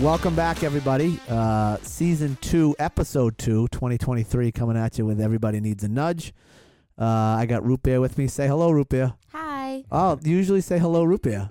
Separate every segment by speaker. Speaker 1: Welcome back, everybody. Uh, season two, episode two, 2023, coming at you with Everybody Needs a Nudge. Uh, I got Root Beer with me. Say hello, Root Beer.
Speaker 2: Hi.
Speaker 1: Oh, you usually say hello, Root Beer.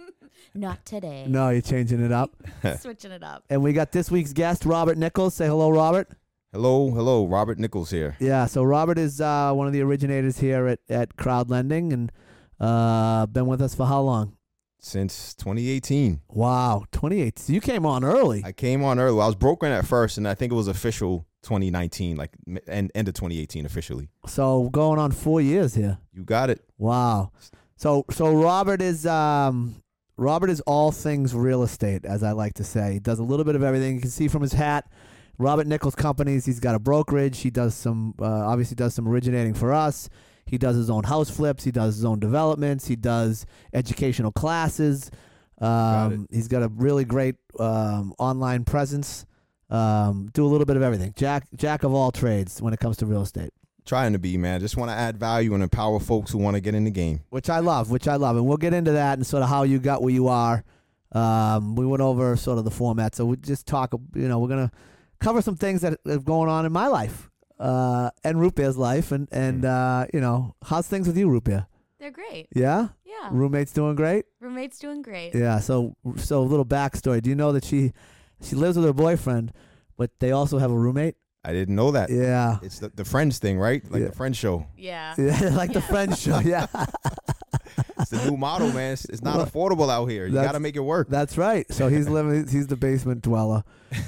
Speaker 2: Not today.
Speaker 1: No, you're changing it up.
Speaker 2: Switching it up.
Speaker 1: And we got this week's guest, Robert Nichols. Say hello, Robert.
Speaker 3: Hello, hello, Robert Nichols here.
Speaker 1: Yeah, so Robert is uh, one of the originators here at, at Crowd Lending and uh, been with us for how long?
Speaker 3: Since 2018,
Speaker 1: Wow, 28. So you came on early.
Speaker 3: I came on early. I was broken at first, and I think it was official 2019, like m- end end of 2018 officially.
Speaker 1: So going on four years here.
Speaker 3: You got it.
Speaker 1: Wow. So so Robert is um Robert is all things real estate, as I like to say. He does a little bit of everything. You can see from his hat, Robert Nichols Companies. He's got a brokerage. He does some uh, obviously does some originating for us. He does his own house flips. He does his own developments. He does educational classes.
Speaker 3: Got it.
Speaker 1: Um, he's got a really great um, online presence. Um, do a little bit of everything. Jack jack of all trades when it comes to real estate.
Speaker 3: Trying to be, man. Just want to add value and empower folks who want to get in the game.
Speaker 1: which I love, which I love, and we'll get into that and sort of how you got where you are. Um, we went over sort of the format, so we just talk. You know, we're gonna cover some things that are going on in my life uh, and Rupia's life, and and uh, you know, how's things with you, Rupia?
Speaker 2: They're great.
Speaker 1: Yeah,
Speaker 2: Yeah.
Speaker 1: roommates doing great.
Speaker 2: Roommate's doing great.
Speaker 1: Yeah, so so a little backstory. Do you know that she she lives with her boyfriend, but they also have a roommate?
Speaker 3: I didn't know that.
Speaker 1: Yeah,
Speaker 3: It's the, the Friends thing, right? Like
Speaker 1: Yeah.
Speaker 3: the Friends show.
Speaker 2: Yeah.
Speaker 1: like the Friends show. Yeah.
Speaker 3: It's the new model, man. It's, it's not
Speaker 1: Well,
Speaker 3: affordable out here. You
Speaker 1: that's-
Speaker 3: got to make it work.
Speaker 1: That's right. So he's living. He's the basement dweller.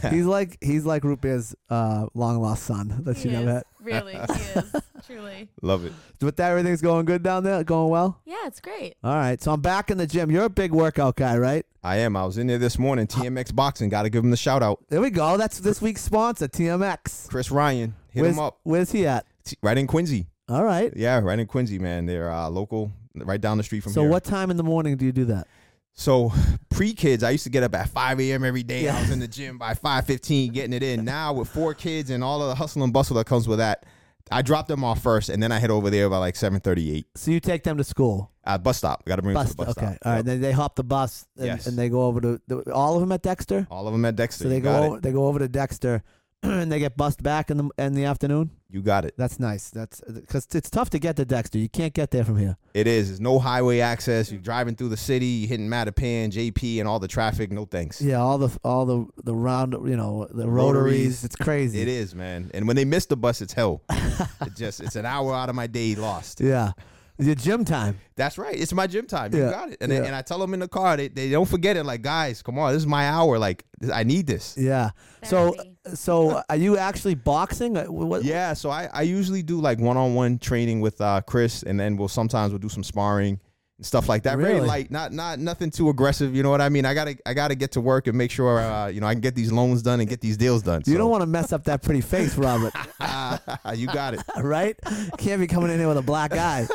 Speaker 1: He's like he's like Rupia's uh, long lost son that she
Speaker 2: He
Speaker 1: never
Speaker 2: is.
Speaker 1: had.
Speaker 2: Really. He is. Truly.
Speaker 3: Love it.
Speaker 1: But that everything's going good down there. Going well.
Speaker 2: Yeah, it's great.
Speaker 1: All right. So I'm back in the gym. You're a big workout guy, right?
Speaker 3: I am. I was in there this morning. TMX Boxing. Got to give him the shout out.
Speaker 1: There we go. That's this week's sponsor, TMX.
Speaker 3: Chris Ryan. Hit
Speaker 1: where's,
Speaker 3: him up.
Speaker 1: Where's he at?
Speaker 3: T- right in Quincy.
Speaker 1: All right.
Speaker 3: Yeah, right in Quincy, man. They're uh, local, right down the street from
Speaker 1: So
Speaker 3: here.
Speaker 1: what time in the morning do you do that?
Speaker 3: So pre kids, I used to get up at 5 a.m. every day.
Speaker 1: Yeah.
Speaker 3: I was in the gym by 5:15 getting it in. Now with four kids and all of the hustle and bustle that comes with that, I dropped them off first, and then I head over there by like 7:38
Speaker 1: So you take them to school.
Speaker 3: at bus stop. Got to bring
Speaker 1: Bus.
Speaker 3: them to the bus
Speaker 1: okay.
Speaker 3: stop.
Speaker 1: All right.
Speaker 3: Yep.
Speaker 1: Then they hop the bus and,
Speaker 3: Yes.
Speaker 1: and they go over to the, all of them at Dexter.
Speaker 3: All of them at Dexter.
Speaker 1: So they
Speaker 3: you
Speaker 1: go
Speaker 3: got
Speaker 1: over,
Speaker 3: it.
Speaker 1: they go over to Dexter and they get bussed back in the in the afternoon.
Speaker 3: You got it.
Speaker 1: That's nice. That's because it's tough to get to Dexter. You can't get there from here.
Speaker 3: It is. There's no highway access. You're driving through the city, you're hitting Mattapan, JP, and all the traffic. No thanks.
Speaker 1: Yeah, all the all the the round, you know, the rotaries.
Speaker 3: Rotaries.
Speaker 1: It's crazy.
Speaker 3: It is, man. And when they miss the bus, it's hell. it just it's an hour out of my day lost.
Speaker 1: Yeah, your gym time.
Speaker 3: That's right. It's my gym time. You
Speaker 1: Yeah.
Speaker 3: got it. And,
Speaker 1: Yeah.
Speaker 3: I, and I tell them in the car, they, they don't forget it. Like, guys, come on, this is my hour. Like, th- I need this.
Speaker 1: Yeah.
Speaker 2: Therapy.
Speaker 1: So so are you actually boxing? Uh, wh- What,
Speaker 3: Yeah. So I, I usually do like one on one training with uh, Chris, and then we'll sometimes we'll do some sparring and stuff like that.
Speaker 1: Really?
Speaker 3: Very light, not not nothing too aggressive. You know what I mean? I gotta I gotta get to work and make sure uh, you know I can get these loans done and get these deals done.
Speaker 1: You don't want to mess up that pretty face, Robert.
Speaker 3: want. you got it.
Speaker 1: right? Can't be coming in here with a black eye.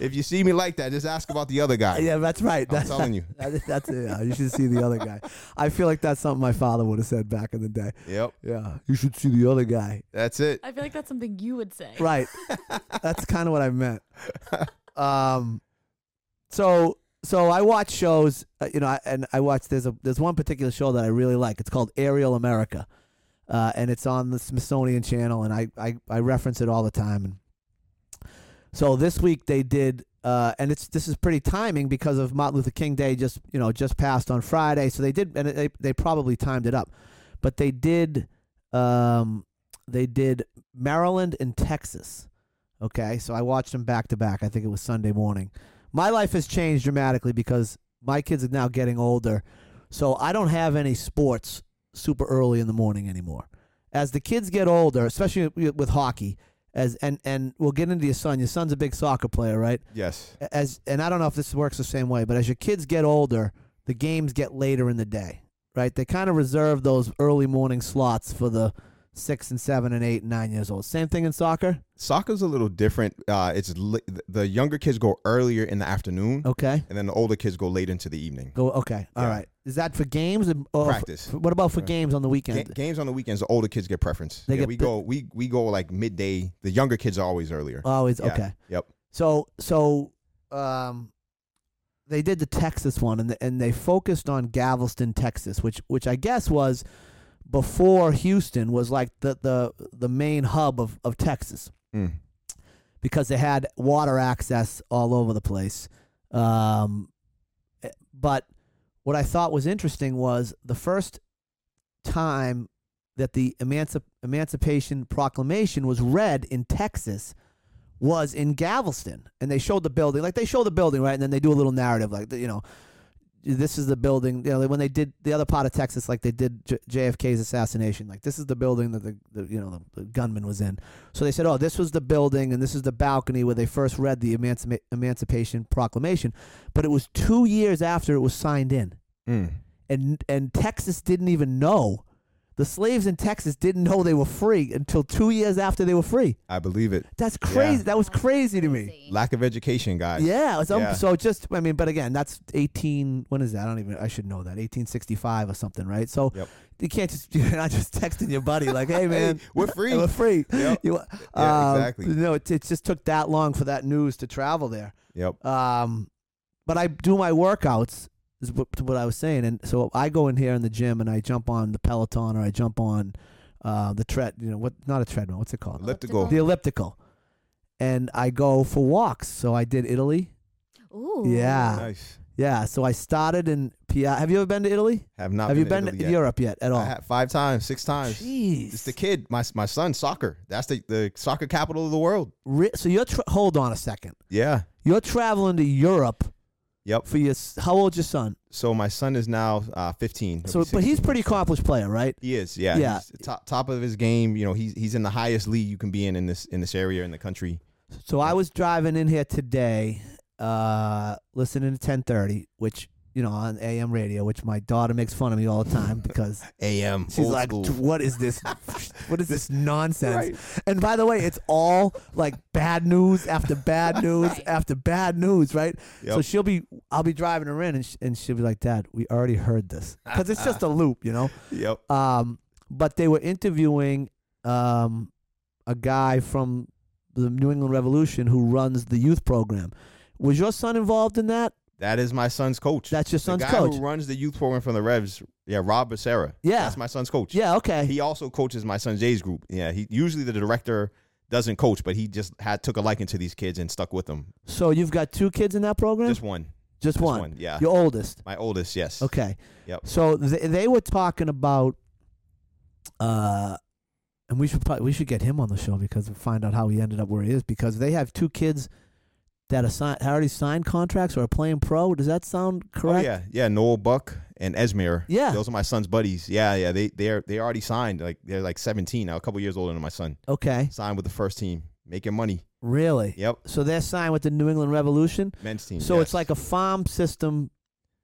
Speaker 3: If you see me like that, just ask about the other guy.
Speaker 1: Yeah, that's right.
Speaker 3: I'm
Speaker 1: That's,
Speaker 3: telling you.
Speaker 1: that's, that's yeah, you should see the other guy. I feel like that's something my father would have said back in the day.
Speaker 3: Yep.
Speaker 1: Yeah, you should see the other guy.
Speaker 3: That's it.
Speaker 2: I feel like that's something you would say.
Speaker 1: Right. That's kind of what I meant. Um, so so I watch shows, uh, you know, I- and I watch there's a there's one particular show that I really like. It's called Aerial America, uh, and it's on the Smithsonian Channel, and I I, I reference it all the time. And so this week they did. Uh, and it's this is pretty timing because of Martin Luther King Day just you know just passed on Friday, so they did and they they probably timed it up, but they did um, they did Maryland and Texas. Okay, so I watched them back to back. I think it was Sunday morning. My life has changed dramatically because my kids are now getting older, so I don't have any sports super early in the morning anymore. As the kids get older, especially with hockey, as and and we'll get into your son. Your son's a big soccer player, right?
Speaker 3: Yes.
Speaker 1: as and I don't know if this works the same way, but as your kids get older, the games get later in the day, right? They kind of reserve those early morning slots for the six and seven and eight and nine years old. Same thing in soccer.
Speaker 3: Soccer's a little different. Uh, it's li- the younger kids go earlier in the afternoon.
Speaker 1: Okay,
Speaker 3: and then the older kids go late into the evening.
Speaker 1: go. Okay, all right.
Speaker 3: Yeah.
Speaker 1: Is that for games? and- Or
Speaker 3: Practice.
Speaker 1: for- what about for games on the
Speaker 3: Ga-
Speaker 1: weekend?
Speaker 3: games on the weekends, the older kids get preference.
Speaker 1: They
Speaker 3: yeah,
Speaker 1: get
Speaker 3: we
Speaker 1: pi-
Speaker 3: go we we go like midday.
Speaker 1: Uh, Oh,
Speaker 3: The younger kids are always earlier.
Speaker 1: Always
Speaker 3: Yeah.
Speaker 1: okay.
Speaker 3: Yep.
Speaker 1: So so um, they did the Texas one, and and they focused on Galveston, Texas, which which I guess was before Houston was like the the the main hub of of Texas
Speaker 3: Mm.
Speaker 1: because they had water access all over the place. Um, eh, but what I thought was interesting was the first time that the Emanci- Emancipation Proclamation was read in Texas was in Galveston, and they showed the building. Like they show the building, right, and then they do a little narrative, like you know. This is the building. You know, when they did the other part of Texas, like they did J- JFK's assassination, like this is the building that the, the you know the, the gunman was in. So they said, oh, this was the building and this is the balcony where they first read the Emanci- Emancipation Proclamation. But it was two years after it was signed in.
Speaker 3: Mm.
Speaker 1: And, and Texas didn't even know. The slaves in Texas didn't know they were free until two years after they were free.
Speaker 3: I believe it.
Speaker 1: That's crazy. That was crazy to me.
Speaker 3: Lack of education, guys.
Speaker 1: Yeah, it's um,
Speaker 3: Yeah.
Speaker 1: So just, I mean, but again, that's 18, when is that? I don't even, I should know that. 1865 or something, right? So
Speaker 3: Yep.
Speaker 1: you can't just, you're not just texting your buddy like, hey, man.
Speaker 3: We're free.
Speaker 1: We're free.
Speaker 3: Yep.
Speaker 1: You-
Speaker 3: Yeah,
Speaker 1: um,
Speaker 3: exactly.
Speaker 1: No, it, it just took that long for that news to travel there.
Speaker 3: Yep.
Speaker 1: Um, but I do my workouts is what, to what I was saying, and so I go in here in the gym and I jump on the Peloton or I jump on uh, the tread. You know what? Not a treadmill. What's it called?
Speaker 3: Elliptical.
Speaker 1: the elliptical. And I go for walks. So I did Italy.
Speaker 2: Ooh.
Speaker 1: Yeah.
Speaker 3: Nice.
Speaker 1: Yeah. So I started in Pia. Have you ever been to Italy?
Speaker 3: Have not.
Speaker 1: Have you been
Speaker 3: to
Speaker 1: to
Speaker 3: Italy yet.
Speaker 1: Europe yet at all?
Speaker 3: I have five times, six times.
Speaker 1: Jeez.
Speaker 3: It's the kid, my my son, soccer. That's the, the soccer capital of the world.
Speaker 1: Re- so you're tra- hold on a second.
Speaker 3: Yeah.
Speaker 1: You're traveling to Europe
Speaker 3: Yep.
Speaker 1: for your s- how old's your son?
Speaker 3: So my son is now uh, 15. He'll
Speaker 1: So,
Speaker 3: be
Speaker 1: but
Speaker 3: 16.
Speaker 1: he's pretty accomplished player, right?
Speaker 3: He is. Yeah.
Speaker 1: Yeah.
Speaker 3: He's top top of his game. You know, he's he's in the highest league you can be in in this in this area in the country.
Speaker 1: So I was driving in here today, uh, listening to ten thirty, which you know on AM radio, which my daughter makes fun of me all the time because
Speaker 3: A.M.
Speaker 1: she's
Speaker 3: old
Speaker 1: like,
Speaker 3: school.
Speaker 1: "What is this? What is this nonsense?"
Speaker 3: Right.
Speaker 1: And by the way, it's all like bad news after bad news
Speaker 2: Right.
Speaker 1: after bad news, right? So
Speaker 3: Yep.
Speaker 1: she'll be, I'll be driving her in, and, sh- and she'll be like, "Dad, we already heard this," because it's just a loop, you know.
Speaker 3: Yep.
Speaker 1: Um, but they were interviewing um, a guy from the New England Revolution who runs the youth program. Was your son involved in that?
Speaker 3: That is my son's coach.
Speaker 1: That's your
Speaker 3: the
Speaker 1: son's
Speaker 3: guy
Speaker 1: coach.
Speaker 3: who runs the youth program for the Revs. Yeah, Rob Becerra.
Speaker 1: Yeah.
Speaker 3: That's my son's coach.
Speaker 1: yeah. Okay.
Speaker 3: He also coaches my son Jay's group. Yeah. He usually the director doesn't coach, but he just had took a liking to these kids and stuck with them.
Speaker 1: so you've got two kids in that program.
Speaker 3: Just one.
Speaker 1: Just
Speaker 3: Just
Speaker 1: one.
Speaker 3: one. Yeah.
Speaker 1: Your oldest.
Speaker 3: My oldest, yes.
Speaker 1: Okay.
Speaker 3: Yep.
Speaker 1: So th- they were talking about, uh, and we should probably, we should get him on the show because we find out how he ended up where he is because they have two kids that are sign- already signed contracts or are playing pro. Does that sound correct?
Speaker 3: Oh yeah, yeah. Noel Buck and Esmer.
Speaker 1: Yeah.
Speaker 3: those are my son's buddies. Yeah, yeah. They they are they already signed. Like they're like seventeen now, a couple years older than my son.
Speaker 1: Okay.
Speaker 3: Signed with the first team, making money.
Speaker 1: Really?
Speaker 3: Yep,
Speaker 1: So they're signed with the New England Revolution.
Speaker 3: men's team.
Speaker 1: So
Speaker 3: yes.
Speaker 1: it's like a farm system.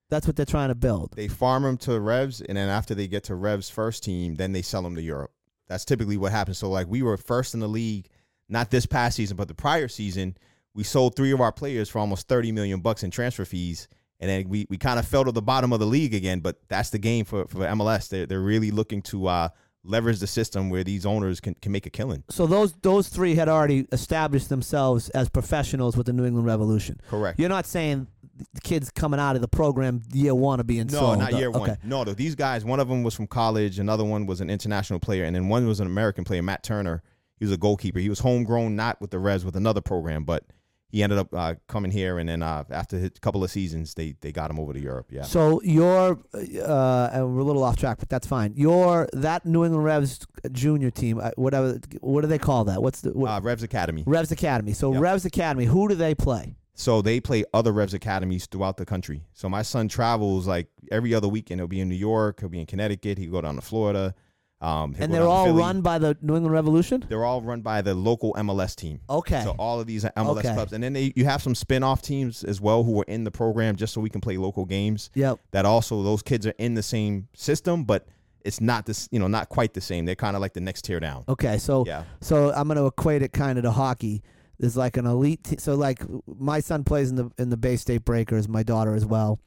Speaker 1: That's what they're trying to build.
Speaker 3: they farm them to Revs, and then after they get to Revs first team, then they sell them to Europe. That's typically what happens. So like we were first in the league, not this past season, but the prior season. We sold three of our players for almost thirty million bucks in transfer fees, and then we, we kind of fell to the bottom of the league again. But that's the game for, for MLS. They're they're really looking to uh, leverage the system where these owners can, can make a killing.
Speaker 1: So those those three had already established themselves as professionals with the New England Revolution.
Speaker 3: Correct.
Speaker 1: You're not saying the kids coming out of the program year one are being
Speaker 3: No,
Speaker 1: sold.
Speaker 3: not year
Speaker 1: okay.
Speaker 3: one. No, though these guys, one of them was from college, another one was an international player, and then one was an American player, Matt Turner. He was a goalkeeper. He was homegrown, not with the Revs, with another program, but he ended up uh, coming here, and then uh, after a couple of seasons, they they got him over to Europe. Yeah,
Speaker 1: So your, uh, and we're a little off track, but that's fine. Your that New England Revs junior team, uh, whatever, what do they call that? What's the what,
Speaker 3: uh, Revs Academy.
Speaker 1: Revs Academy? So
Speaker 3: Yep.
Speaker 1: Revs Academy, who do they play?
Speaker 3: So they play other Revs academies throughout the country. So my son travels like every other weekend. He'll be in New York. He'll be in Connecticut. He'll go down to Florida. Um, he'll
Speaker 1: and
Speaker 3: go
Speaker 1: they're
Speaker 3: down to
Speaker 1: all
Speaker 3: Philly.
Speaker 1: run by the New England Revolution.
Speaker 3: They're all run by the local MLS team.
Speaker 1: Okay,
Speaker 3: So all of these are MLS
Speaker 1: Okay.
Speaker 3: clubs, and then they, you have some spin-off teams as well who are in the program just so we can play local games.
Speaker 1: yep.
Speaker 3: That also those kids are in the same system, but it's not this you know not quite the same. They're kind of like the next tier down.
Speaker 1: Okay, so
Speaker 3: Yeah,
Speaker 1: so I'm going to equate it kind of to hockey. There's like an elite. Te- so like my son plays in the in the Bay State Breakers. My daughter as well.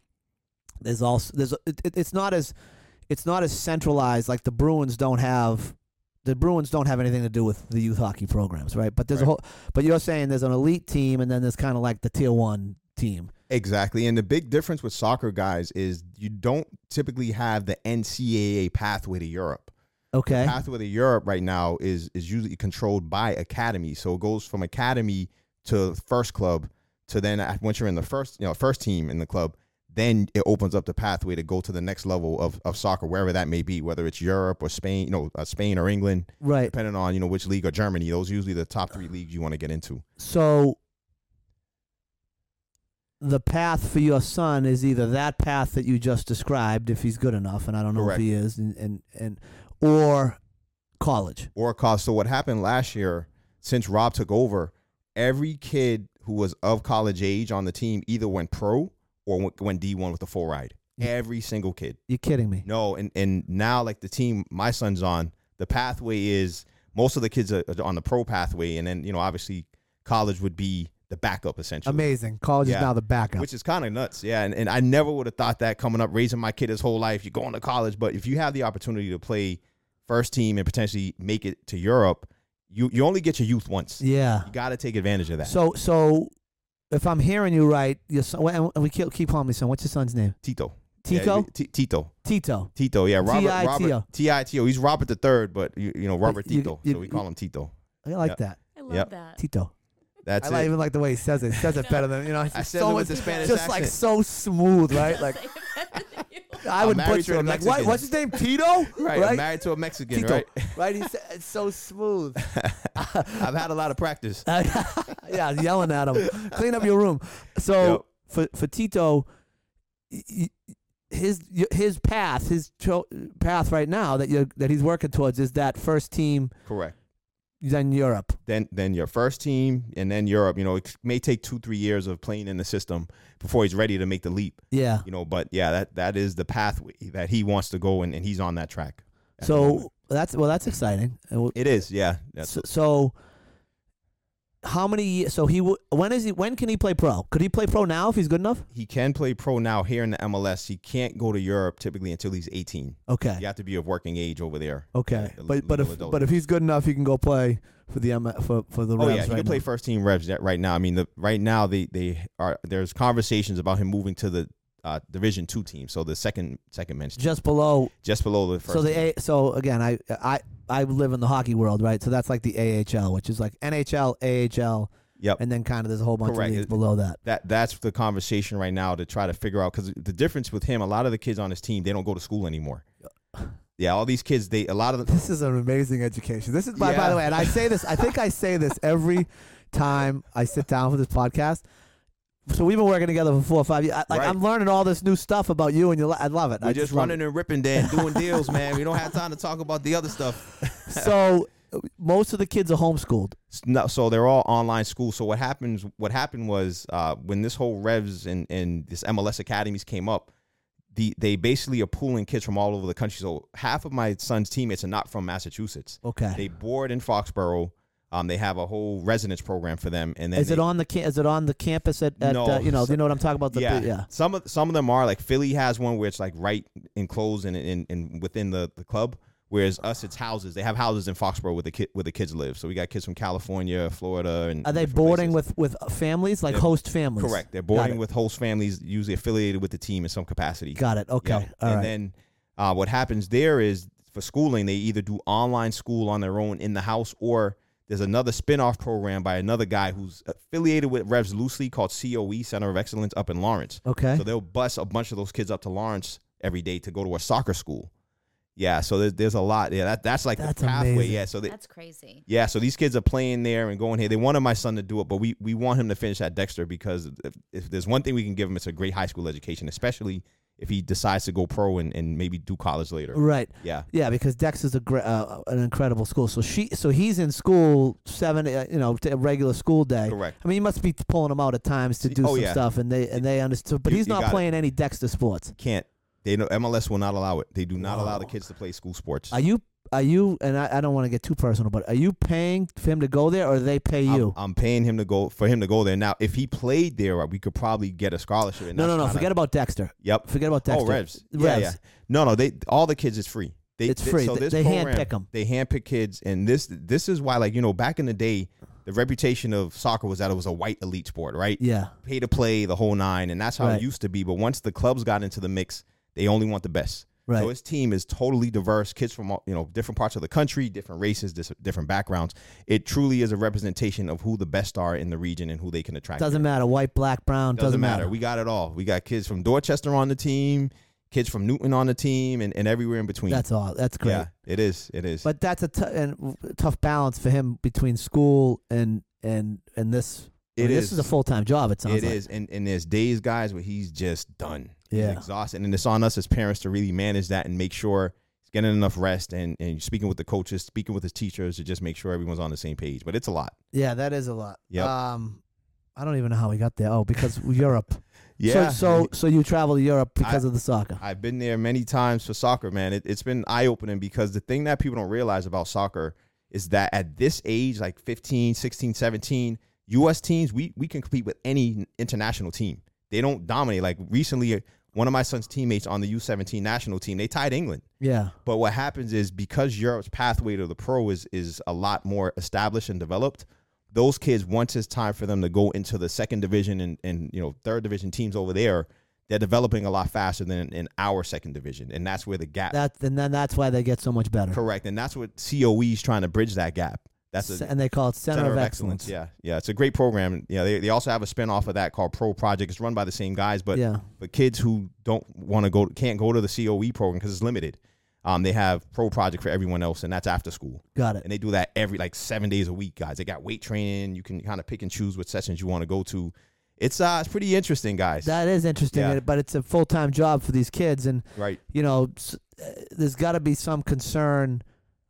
Speaker 1: There's also there's it, it- it's not as it's not as centralized. Like the Bruins don't have the Bruins don't have anything to do with the youth hockey programs, right? But there's a whole.
Speaker 3: Right.
Speaker 1: But you're saying there's an elite team, and then there's kind of like the tier one team.
Speaker 3: Exactly. And the big difference with soccer guys is you don't typically have the NCAA pathway to Europe.
Speaker 1: Okay.
Speaker 3: Pathway to Europe right now is is usually controlled by academy. So it goes from academy to first club to then a- once you're in the first, you know, first team in the club, then it opens up the pathway to go to the next level of, of soccer, wherever that may be, whether it's Europe or Spain, you know, uh, Spain or England,
Speaker 1: Right.
Speaker 3: depending on, you know, which league or Germany. Those are usually the top three leagues you want to get into.
Speaker 1: So the path for your son is either that path that you just described, if he's good enough, and I don't know
Speaker 3: Correct.
Speaker 1: if he is, and, and, and or college.
Speaker 3: or college. So what happened last year, since Rob took over, every kid who was of college age on the team either went pro or went, went D1 with a full ride.
Speaker 1: Yeah.
Speaker 3: Every single kid.
Speaker 1: You're kidding me.
Speaker 3: No, and and now like the team my son's on, the pathway is most of the kids are are on the pro pathway, and then you know obviously college would be the backup essentially.
Speaker 1: Amazing. College
Speaker 3: Yeah.
Speaker 1: is now the backup.
Speaker 3: Which is kind of nuts, yeah. And, and I never would have thought that coming up, raising my kid his whole life, you're going to college. But if you have the opportunity to play first team and potentially make it to Europe, you, you only get your youth once.
Speaker 1: yeah.
Speaker 3: You got to take advantage of that.
Speaker 1: So so if I'm hearing you right, your son, and we keep keep calling me son. What's your son's name?
Speaker 3: Tito.
Speaker 1: Tico?
Speaker 3: Yeah, T- Tito.
Speaker 1: Tito.
Speaker 3: Tito, yeah. Robert.
Speaker 1: T.I. Tito.
Speaker 3: Robert. T-I-T-O. He's Robert the third, but you, you know, Robert
Speaker 1: you-
Speaker 3: Tito.
Speaker 1: you-
Speaker 3: so we call him Tito.
Speaker 1: I like
Speaker 3: Yeah.
Speaker 1: that.
Speaker 2: I love
Speaker 3: Yep.
Speaker 2: that.
Speaker 1: Tito.
Speaker 3: That's
Speaker 1: I like,
Speaker 3: it.
Speaker 1: even like the way he says it. He says it better than you know. It's
Speaker 3: I
Speaker 1: just
Speaker 3: said
Speaker 1: so
Speaker 3: it
Speaker 1: much-
Speaker 3: with the Spanish
Speaker 1: just
Speaker 3: accent.
Speaker 1: like so smooth, right? Like
Speaker 2: Say it better than you.
Speaker 1: I would
Speaker 3: I'm married
Speaker 1: butcher
Speaker 3: to a
Speaker 1: him. Like what,
Speaker 3: Mexican.
Speaker 1: what's his name? Tito.
Speaker 3: right. I'm
Speaker 1: Right.
Speaker 3: Married to a Mexican,
Speaker 1: Tito.
Speaker 3: right?
Speaker 1: right? He said it's so smooth.
Speaker 3: I've had a lot of practice.
Speaker 1: yeah, yelling at him. Clean up your room. So for for Tito, y- y- his y- his path, his cho- path right now that you that he's working towards is that first team
Speaker 3: Correct.
Speaker 1: then Europe.
Speaker 3: then then your first team and then Europe. You know, it may take two three years of playing in the system before he's ready to make the leap.
Speaker 1: Yeah.
Speaker 3: You know, but yeah, that that is the pathway that he wants to go and, and he's on that track. at the moment.
Speaker 1: So that's well, that's exciting. And we'll-
Speaker 3: it is, yeah. That's
Speaker 1: So, so how many? ye- So he wo- when is he? When can he play pro? Could he play pro now if he's good enough?
Speaker 3: he can play pro now here in the MLS. He can't go to Europe typically until he's eighteen.
Speaker 1: Okay.
Speaker 3: You have to be of working age over there.
Speaker 1: Okay.
Speaker 3: Yeah, the
Speaker 1: but but
Speaker 3: legal
Speaker 1: if
Speaker 3: adult.
Speaker 1: but if he's good enough, he can go play for the M- for for the
Speaker 3: Oh
Speaker 1: Rams
Speaker 3: yeah, he
Speaker 1: right
Speaker 3: can play
Speaker 1: now.
Speaker 3: first team reps that- right now. I mean, the, right now they they are there's conversations about him moving to the uh, Division two team, so the second second men's team,
Speaker 1: just below.
Speaker 3: just below the first.
Speaker 1: So
Speaker 3: team.
Speaker 1: the a, so again, I I I live in the hockey world, right? So that's like the AHL, which is like NHL, AHL,
Speaker 3: yep.
Speaker 1: and then kind of there's a whole bunch
Speaker 3: Correct.
Speaker 1: of leagues
Speaker 3: It-
Speaker 1: below that.
Speaker 3: that that's the conversation right now to try to figure out because the difference with him, a lot of the kids on his team, they don't go to school anymore. Yeah, all these kids, they a lot of them.
Speaker 1: This is an amazing education. This is by, by
Speaker 3: Yeah.
Speaker 1: the way, and I say this. I think I say this every time I sit down for this podcast. So we've been working together for four or five years. I, like
Speaker 3: Right.
Speaker 1: I'm learning all this new stuff about you, and you. I love it.
Speaker 3: We're
Speaker 1: I
Speaker 3: just
Speaker 1: love it.
Speaker 3: running and ripping, Dan, doing deals, man. We don't have time to talk about the other stuff.
Speaker 1: So uh, most of the kids are homeschooled.
Speaker 3: No, so they're all online school. So what happens? What happened was uh, when this whole Revs and and this MLS academies came up, the they basically are pooling kids from all over the country. So half of my son's teammates are not from Massachusetts.
Speaker 1: Okay.
Speaker 3: They board in Foxborough. Um, they have a whole residence program for them, and then
Speaker 1: Is
Speaker 3: they-
Speaker 1: it on the ca- is it on the campus at, at
Speaker 3: No.
Speaker 1: uh, you know you know what I'm talking about the
Speaker 3: yeah.
Speaker 1: the- yeah.
Speaker 3: Some of some of them are like Philly has one where it's like right enclosed and and, and within the, the club. Whereas us, it's houses. They have houses in Foxborough where the kid where the kids live. So we got kids from California, Florida, and
Speaker 1: Are they
Speaker 3: different
Speaker 1: boarding
Speaker 3: places.
Speaker 1: with with uh, families like
Speaker 3: They're-
Speaker 1: host families?
Speaker 3: Correct. They're
Speaker 1: Got
Speaker 3: boarding
Speaker 1: it.
Speaker 3: with host families, usually affiliated with the team in some capacity.
Speaker 1: Got it. Okay.
Speaker 3: Yeah.
Speaker 1: All
Speaker 3: and
Speaker 1: right.
Speaker 3: then uh, what happens there is for schooling, they either do online school on their own in the house, or there's another spin-off program by another guy who's affiliated with Revs loosely called COE Center of Excellence up in Lawrence.
Speaker 1: okay.
Speaker 3: So they'll bus a bunch of those kids up to Lawrence every day to go to a soccer school. Yeah, so there's, there's a lot. Yeah, that, that's like
Speaker 1: That's
Speaker 3: the pathway.
Speaker 1: amazing.
Speaker 3: Yeah, so they,
Speaker 2: That's crazy.
Speaker 3: yeah, so these kids are playing there and going here. They wanted my son to do it, but we we want him to finish at Dexter because if, if there's one thing we can give him, it's a great high school education, especially if he decides to go pro and, and maybe do college later.
Speaker 1: right.
Speaker 3: Yeah,
Speaker 1: Yeah, because Dex is a gre- uh, an incredible school. So she, so he's in school seven, uh, you know, t- a regular school day.
Speaker 3: correct.
Speaker 1: I mean, you must be pulling him out at times to do
Speaker 3: Oh,
Speaker 1: some
Speaker 3: yeah.
Speaker 1: stuff, and they and they understood. But
Speaker 3: You-
Speaker 1: he's
Speaker 3: you
Speaker 1: not
Speaker 3: got it.
Speaker 1: playing any Dexter sports.
Speaker 3: Can't they know MLS will not allow it. They do not allow the
Speaker 1: Wow.
Speaker 3: kids to play school sports.
Speaker 1: Are you? Are you? And I, I don't want to get too personal, but are you paying for him to go there, or they pay
Speaker 3: I'm-
Speaker 1: you?
Speaker 3: I'm, paying him to go for him to go there. Now, if he played there, we could probably get a scholarship. and
Speaker 1: no, no,
Speaker 3: that's
Speaker 1: no.
Speaker 3: kinda-
Speaker 1: Forget about Dexter.
Speaker 3: Yep.
Speaker 1: Forget about Dexter.
Speaker 3: Oh, Revs. Yeah,
Speaker 1: Revs.
Speaker 3: yeah. No, no. They all the kids is free. They,
Speaker 1: It's
Speaker 3: they-
Speaker 1: free.
Speaker 3: so
Speaker 1: They-
Speaker 3: this
Speaker 1: they
Speaker 3: program-
Speaker 1: handpick 'em.
Speaker 3: They handpick kids, and this this is why, like you know, back in the day, the reputation of soccer was that it was a white elite sport, right?
Speaker 1: Yeah.
Speaker 3: Pay to play, the whole nine, and that's how
Speaker 1: Right.
Speaker 3: it used to be. But once the clubs got into the mix, they only want the best.
Speaker 1: Right.
Speaker 3: So his team is totally diverse, kids from all, you know different parts of the country, different races, dis- different backgrounds. It truly is a representation of who the best are in the region and who they can attract.
Speaker 1: Doesn't matter. White, black, brown. Doesn't,
Speaker 3: Doesn't matter. We got it all. We got kids from Dorchester on the team, kids from Newton on the team, and, and everywhere in between.
Speaker 1: That's all. That's great.
Speaker 3: yeah, it is. It is.
Speaker 1: But that's a tou- and w- tough balance for him between school and and and this. I
Speaker 3: It
Speaker 1: mean, This is a
Speaker 3: is.
Speaker 1: full time job. It sounds
Speaker 3: It is,
Speaker 1: like.
Speaker 3: and and there's days, guys, where he's just done.
Speaker 1: Yeah.
Speaker 3: he's exhausted, and it's on us as parents to really manage that and make sure he's getting enough rest and and speaking with the coaches, speaking with his teachers to just make sure everyone's on the same page. But it's a lot.
Speaker 1: Yeah, that is a lot.
Speaker 3: Yep.
Speaker 1: Um, I don't even know how we got there. Oh, because Europe.
Speaker 3: Yeah.
Speaker 1: So so, so you travel to Europe because of the soccer.
Speaker 3: I've been there many times for soccer, man. It, it's been eye opening because the thing that people don't realize about soccer is that at this age, like 15, 16, 17, U.S. teams, we, we can compete with any international team. They don't dominate. Like recently, one of my son's teammates on the U17 national team, they tied England.
Speaker 1: yeah.
Speaker 3: But what happens is because Europe's pathway to the pro is is a lot more established and developed, those kids once it's time for them to go into the second division and, and you know third division teams over there, they're developing a lot faster than in our second division, and that's where the gap.
Speaker 1: That and then that's why they get so much better.
Speaker 3: correct, and that's what COE is trying to bridge that gap. That's a
Speaker 1: S- and they call it Center, of, Excellence.
Speaker 3: Yeah, yeah, it's a great program. Yeah, they, they also have a spinoff of that called Pro Project. It's run by the same guys, but
Speaker 1: Yeah.
Speaker 3: but kids who don't want to go can't go to the COE program because it's limited. Um, they have Pro Project for everyone else, and that's after school.
Speaker 1: Got it.
Speaker 3: And they do that every like seven days a week, guys. They got weight training. You can kind of pick and choose what sessions you want to go to. It's uh, it's pretty interesting, guys.
Speaker 1: That is interesting,
Speaker 3: Yeah.
Speaker 1: but it's a full time job for these kids, and
Speaker 3: right?
Speaker 1: you know, s- uh, there's got to be some concern.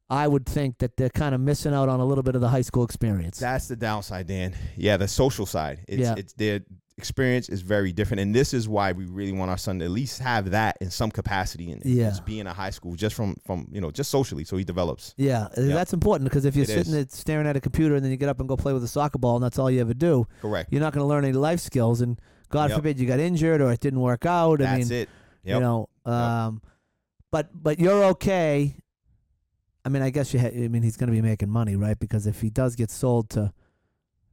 Speaker 1: I would think that they're kind of missing out on a little bit of the high school experience.
Speaker 3: That's the downside, Dan. Yeah, the social side. It's,
Speaker 1: Yeah.
Speaker 3: it's their experience is very different, and this is why we really want our son to at least have that in some capacity and
Speaker 1: Yeah.
Speaker 3: just be in a high school, just from from you know just socially, so he develops.
Speaker 1: yeah, uh,
Speaker 3: Yeah.
Speaker 1: that's important because if you're
Speaker 3: It
Speaker 1: sitting
Speaker 3: is.
Speaker 1: there staring at a computer and then you get up and go play with a soccer ball and that's all you ever do,
Speaker 3: Correct.
Speaker 1: you're not going to learn any life skills. And God
Speaker 3: Yep.
Speaker 1: forbid you got injured or it didn't work out. I
Speaker 3: That's
Speaker 1: mean,
Speaker 3: it. Yep.
Speaker 1: you know, um, but but you're okay. I mean, I guess you. Ha- I mean, he's going to be making money, right? Because if he does get sold to,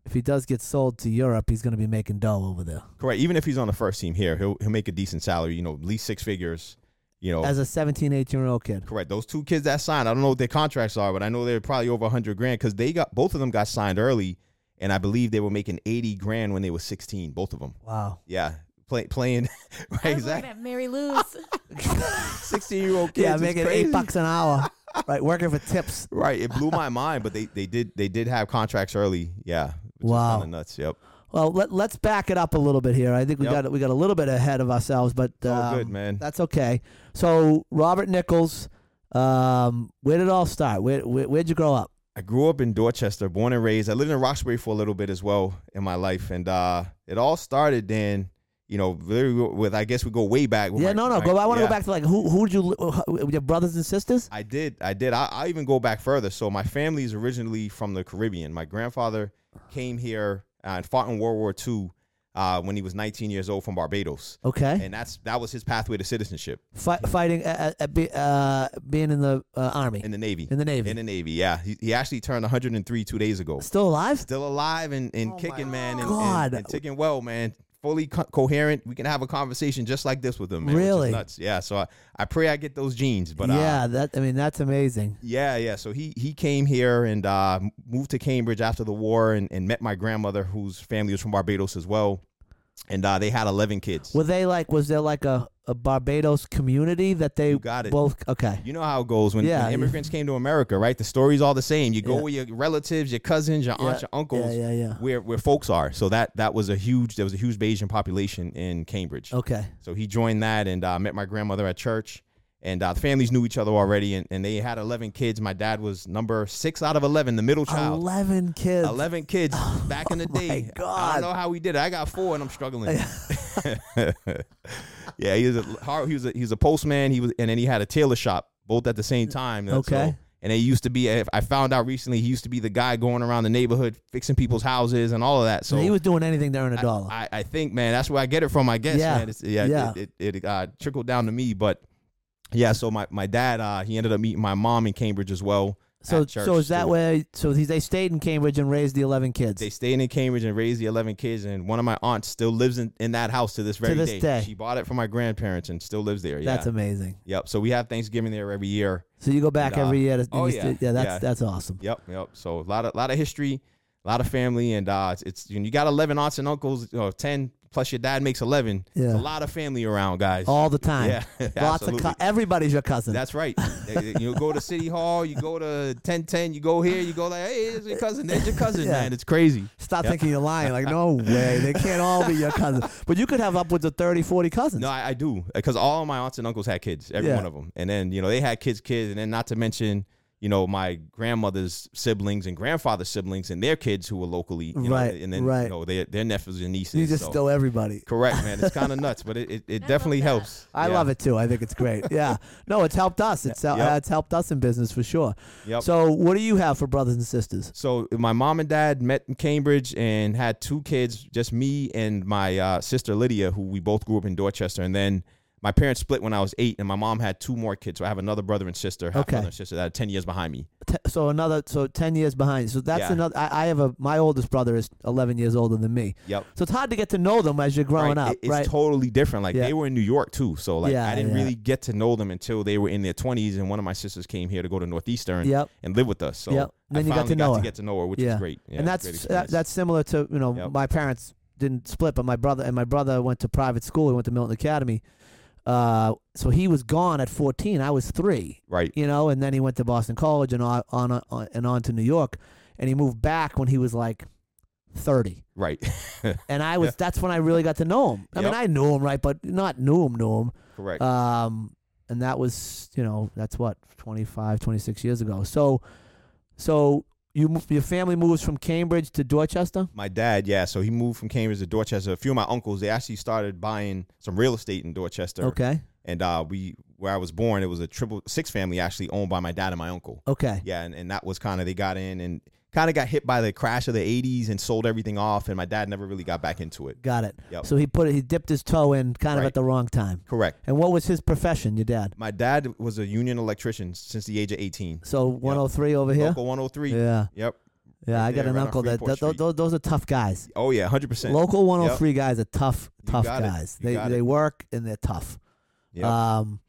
Speaker 1: if he does get sold to Europe, he's going to be making dough over there.
Speaker 3: Correct. Even if he's on the first team here, he'll he'll make a decent salary. You know, at least six figures. You know,
Speaker 1: as a 17, 18 year old kid.
Speaker 3: correct. Those two kids that signed, I don't know what their contracts are, but I know they're probably over hundred grand because they got both of them got signed early, and I believe they were making eighty grand when they were sixteen. Both of them.
Speaker 1: Wow.
Speaker 3: Yeah, play,
Speaker 2: I
Speaker 3: playing. right,
Speaker 2: was looking
Speaker 3: exactly.
Speaker 2: at Mary Lou's.
Speaker 3: Sixteen year old kids.
Speaker 1: yeah,
Speaker 3: is
Speaker 1: making
Speaker 3: crazy.
Speaker 1: eight bucks an hour, right? Working for tips.
Speaker 3: Right. It blew my mind, but they they did they did have contracts early. Yeah. Which is
Speaker 1: Wow.
Speaker 3: kinda Nuts. Yep.
Speaker 1: Well, let, let's back it up a little bit here. I think we
Speaker 3: Yep.
Speaker 1: got we got a little bit ahead of ourselves, but
Speaker 3: It's all
Speaker 1: um,
Speaker 3: good, man.
Speaker 1: that's okay. So Robert Nichols, um, where did it all start? Where, where where'd you grow up?
Speaker 3: I grew up in Dorchester, born and raised. I lived in Roxbury for a little bit as well in my life, and uh, it all started then. You know, really with I guess we go way back. with
Speaker 1: yeah,
Speaker 3: Oh my-
Speaker 1: no, no.
Speaker 3: my-
Speaker 1: go. I want to
Speaker 3: yeah.
Speaker 1: go back to like who who did you li- wh- wh- your brothers and sisters?
Speaker 3: I did, I did. I, I even go back further. So my family is originally from the Caribbean. My grandfather came here uh, and fought in World War II uh, when he was 19 years old from Barbados,
Speaker 1: Okay,
Speaker 3: and that's that was his pathway to citizenship
Speaker 1: Fi fighting uh, uh, be, uh, being in the uh, army
Speaker 3: in the Navy.
Speaker 1: in the navy,
Speaker 3: In the Navy, yeah. He, he actually turned 103 two days ago.
Speaker 1: still alive.
Speaker 3: still alive and, and
Speaker 1: Oh my
Speaker 3: kicking, man, and,
Speaker 1: God.
Speaker 3: And, and ticking well, man. Fully co- coherent. We can have a conversation just like this with him. Man, which is
Speaker 1: Really?
Speaker 3: nuts. Yeah. So I, I pray I get those genes, but
Speaker 1: yeah,
Speaker 3: Uh,
Speaker 1: that I mean that's amazing.
Speaker 3: yeah, yeah. So he he came here and uh, moved to Cambridge after the war and, and met my grandmother, whose family was from Barbados as well, and uh, they had eleven kids.
Speaker 1: Were they like? Was there like a, a Barbados community that they
Speaker 3: You got it.
Speaker 1: both? Okay,
Speaker 3: You know how it goes when,
Speaker 1: Yeah.
Speaker 3: when immigrants came to America, right? The story's all the same. You go
Speaker 1: Yeah.
Speaker 3: with your relatives, your cousins, your aunts,
Speaker 1: Yeah.
Speaker 3: your uncles,
Speaker 1: Yeah, yeah, yeah.
Speaker 3: where where folks are. So that that was a huge there was a huge Bayesian population in Cambridge.
Speaker 1: okay,
Speaker 3: So he joined that and uh, met my grandmother at church. And uh, the families knew each other already, and, and they had 11 kids. My dad was number six out of 11, the middle child.
Speaker 1: eleven kids.
Speaker 3: 11 kids back in the
Speaker 1: my
Speaker 3: day. I
Speaker 1: God.
Speaker 3: don't know how we did it. I got four and I'm struggling. yeah, he was a hard, he was a, he was a postman. He was and then he had a tailor shop both at the same time. That's
Speaker 1: Okay.
Speaker 3: all. and they used to be. I found out recently he used to be the guy going around the neighborhood fixing people's houses and all of that. So
Speaker 1: So he was doing anything to earn a dollar.
Speaker 3: I, I think, man, that's where I get it from. I guess,
Speaker 1: Yeah.
Speaker 3: man. It's, yeah,
Speaker 1: Yeah.
Speaker 3: it, it, it uh, trickled down to me, but yeah. So my my dad, uh, he ended up meeting my mom in Cambridge as well.
Speaker 1: So
Speaker 3: At church,
Speaker 1: so is that
Speaker 3: too.
Speaker 1: where? So he- they stayed in Cambridge and raised the eleven kids.
Speaker 3: They stayed in Cambridge and raised the 11 kids, and one of my aunts still lives in, in that house to this very
Speaker 1: this day.
Speaker 3: She bought it from my grandparents and still lives there. Yeah.
Speaker 1: That's amazing.
Speaker 3: yep. So we have Thanksgiving there every year.
Speaker 1: So you go back
Speaker 3: And, uh,
Speaker 1: every year. To,
Speaker 3: oh,
Speaker 1: you
Speaker 3: yeah,
Speaker 1: st- yeah, that's
Speaker 3: yeah.
Speaker 1: that's awesome.
Speaker 3: Yep. Yep. So a lot of lot of history, a lot of family, and uh, it's, it's you got 11 aunts and uncles, or 10 plus your dad makes 11. It's
Speaker 1: Yeah.
Speaker 3: a lot of family around, guys.
Speaker 1: All the time.
Speaker 3: Yeah,
Speaker 1: Lots of
Speaker 3: absolutely.
Speaker 1: cu- everybody's your cousin.
Speaker 3: That's right. They- they- you go to City Hall, you go to 1010, you go here, you go like, hey, it's your cousin, it's your cousin,
Speaker 1: Yeah.
Speaker 3: man. It's crazy.
Speaker 1: Stop
Speaker 3: Yeah.
Speaker 1: thinking you're lying. Like no way, they can't all be your cousin. But you could have upwards of 30, 40 cousins.
Speaker 3: No, I, I do because all my aunts and uncles had kids, every
Speaker 1: Yeah.
Speaker 3: one of them, and then you know they had kids, kids, and then not to mention you know my grandmother's siblings and grandfather's siblings and their kids who were locally, you
Speaker 1: Right,
Speaker 3: know, and then
Speaker 1: right.
Speaker 3: you know their their nephews and nieces.
Speaker 1: you just
Speaker 3: so-
Speaker 1: know everybody.
Speaker 3: correct, man. It's kind of nuts, but it it, it
Speaker 2: love
Speaker 3: definitely
Speaker 2: that.
Speaker 3: helps.
Speaker 1: I
Speaker 3: Yeah.
Speaker 1: love it too. I think it's great. Yeah. No, it's helped us. It's uh,
Speaker 3: Yep.
Speaker 1: it's helped us in business for sure.
Speaker 3: Yep.
Speaker 1: So what do you have for brothers and sisters?
Speaker 3: So my mom and dad met in Cambridge and had two kids, just me and my uh, sister Lydia, who we both grew up in Dorchester. And then my parents split when I was eight, and my mom had two more kids. So I have another brother and sister, half
Speaker 1: Okay.
Speaker 3: brother and sister that are ten years behind me.
Speaker 1: T- so another so ten years behind. So that's
Speaker 3: Yeah.
Speaker 1: another. I, I have a my oldest brother is eleven years older than me.
Speaker 3: Yep.
Speaker 1: So it's hard to get to know them as you're growing
Speaker 3: Right.
Speaker 1: up,
Speaker 3: It- it's
Speaker 1: right?
Speaker 3: totally different. Like
Speaker 1: Yeah.
Speaker 3: they were in New York too, so like
Speaker 1: Yeah,
Speaker 3: I didn't
Speaker 1: yeah.
Speaker 3: really get to know them until they were in their twenties. And one of my sisters came here to go to Northeastern
Speaker 1: yep.
Speaker 3: and live with us. So
Speaker 1: Yep.
Speaker 3: I
Speaker 1: Then you got
Speaker 3: finally
Speaker 1: to know
Speaker 3: got
Speaker 1: her.
Speaker 3: to get to know her, which
Speaker 1: Yeah.
Speaker 3: is great.
Speaker 1: and
Speaker 3: Yeah, great
Speaker 1: that's that,
Speaker 3: experience.
Speaker 1: that's similar to you know
Speaker 3: Yep.
Speaker 1: my parents didn't split, but my brother and my brother went to private school. He went to Milton Academy, uh, so he was gone at fourteen. I was three,
Speaker 3: right.
Speaker 1: you know, and then he went to Boston College and on, on, on and on to New York, and he moved back when he was like thirty.
Speaker 3: Right.
Speaker 1: And I was that's when I really got to know him. I mean,
Speaker 3: Yep.
Speaker 1: I knew him right, but not knew him, knew him.
Speaker 3: Correct.
Speaker 1: Um, and that was, you know, that's what 25, 26 years ago. So, so you mo- your family moves from Cambridge to Dorchester.
Speaker 3: My dad, yeah. So he moved from Cambridge to Dorchester. A few of my uncles, they actually started buying some real estate in Dorchester.
Speaker 1: Okay.
Speaker 3: And uh, we, where I was born, it was a triple six family actually owned by my dad and my uncle.
Speaker 1: Okay.
Speaker 3: Yeah, and, and that was kind of they got in and kind of got hit by the crash of the '80s and sold everything off. And my dad never really got back into it.
Speaker 1: Got it.
Speaker 3: Yep.
Speaker 1: So he put it, he dipped his toe in kind of
Speaker 3: Right.
Speaker 1: at the wrong time.
Speaker 3: Correct.
Speaker 1: And what was his profession, your dad?
Speaker 3: My dad was a union electrician since the age of 18.
Speaker 1: So 103 over here?
Speaker 3: Local 103.
Speaker 1: Yeah.
Speaker 3: Yep.
Speaker 1: Yeah.
Speaker 3: Right
Speaker 1: I got
Speaker 3: there,
Speaker 1: an
Speaker 3: right on
Speaker 1: uncle that,
Speaker 3: Freeport
Speaker 1: th- th-
Speaker 3: Street.
Speaker 1: those, those are tough guys.
Speaker 3: Oh yeah, 100. percent
Speaker 1: Local 103 guys are tough,
Speaker 3: You
Speaker 1: tough
Speaker 3: got it.
Speaker 1: guys.
Speaker 3: You
Speaker 1: They,
Speaker 3: got
Speaker 1: they
Speaker 3: it.
Speaker 1: work and they're tough.
Speaker 3: Yep.
Speaker 1: Um,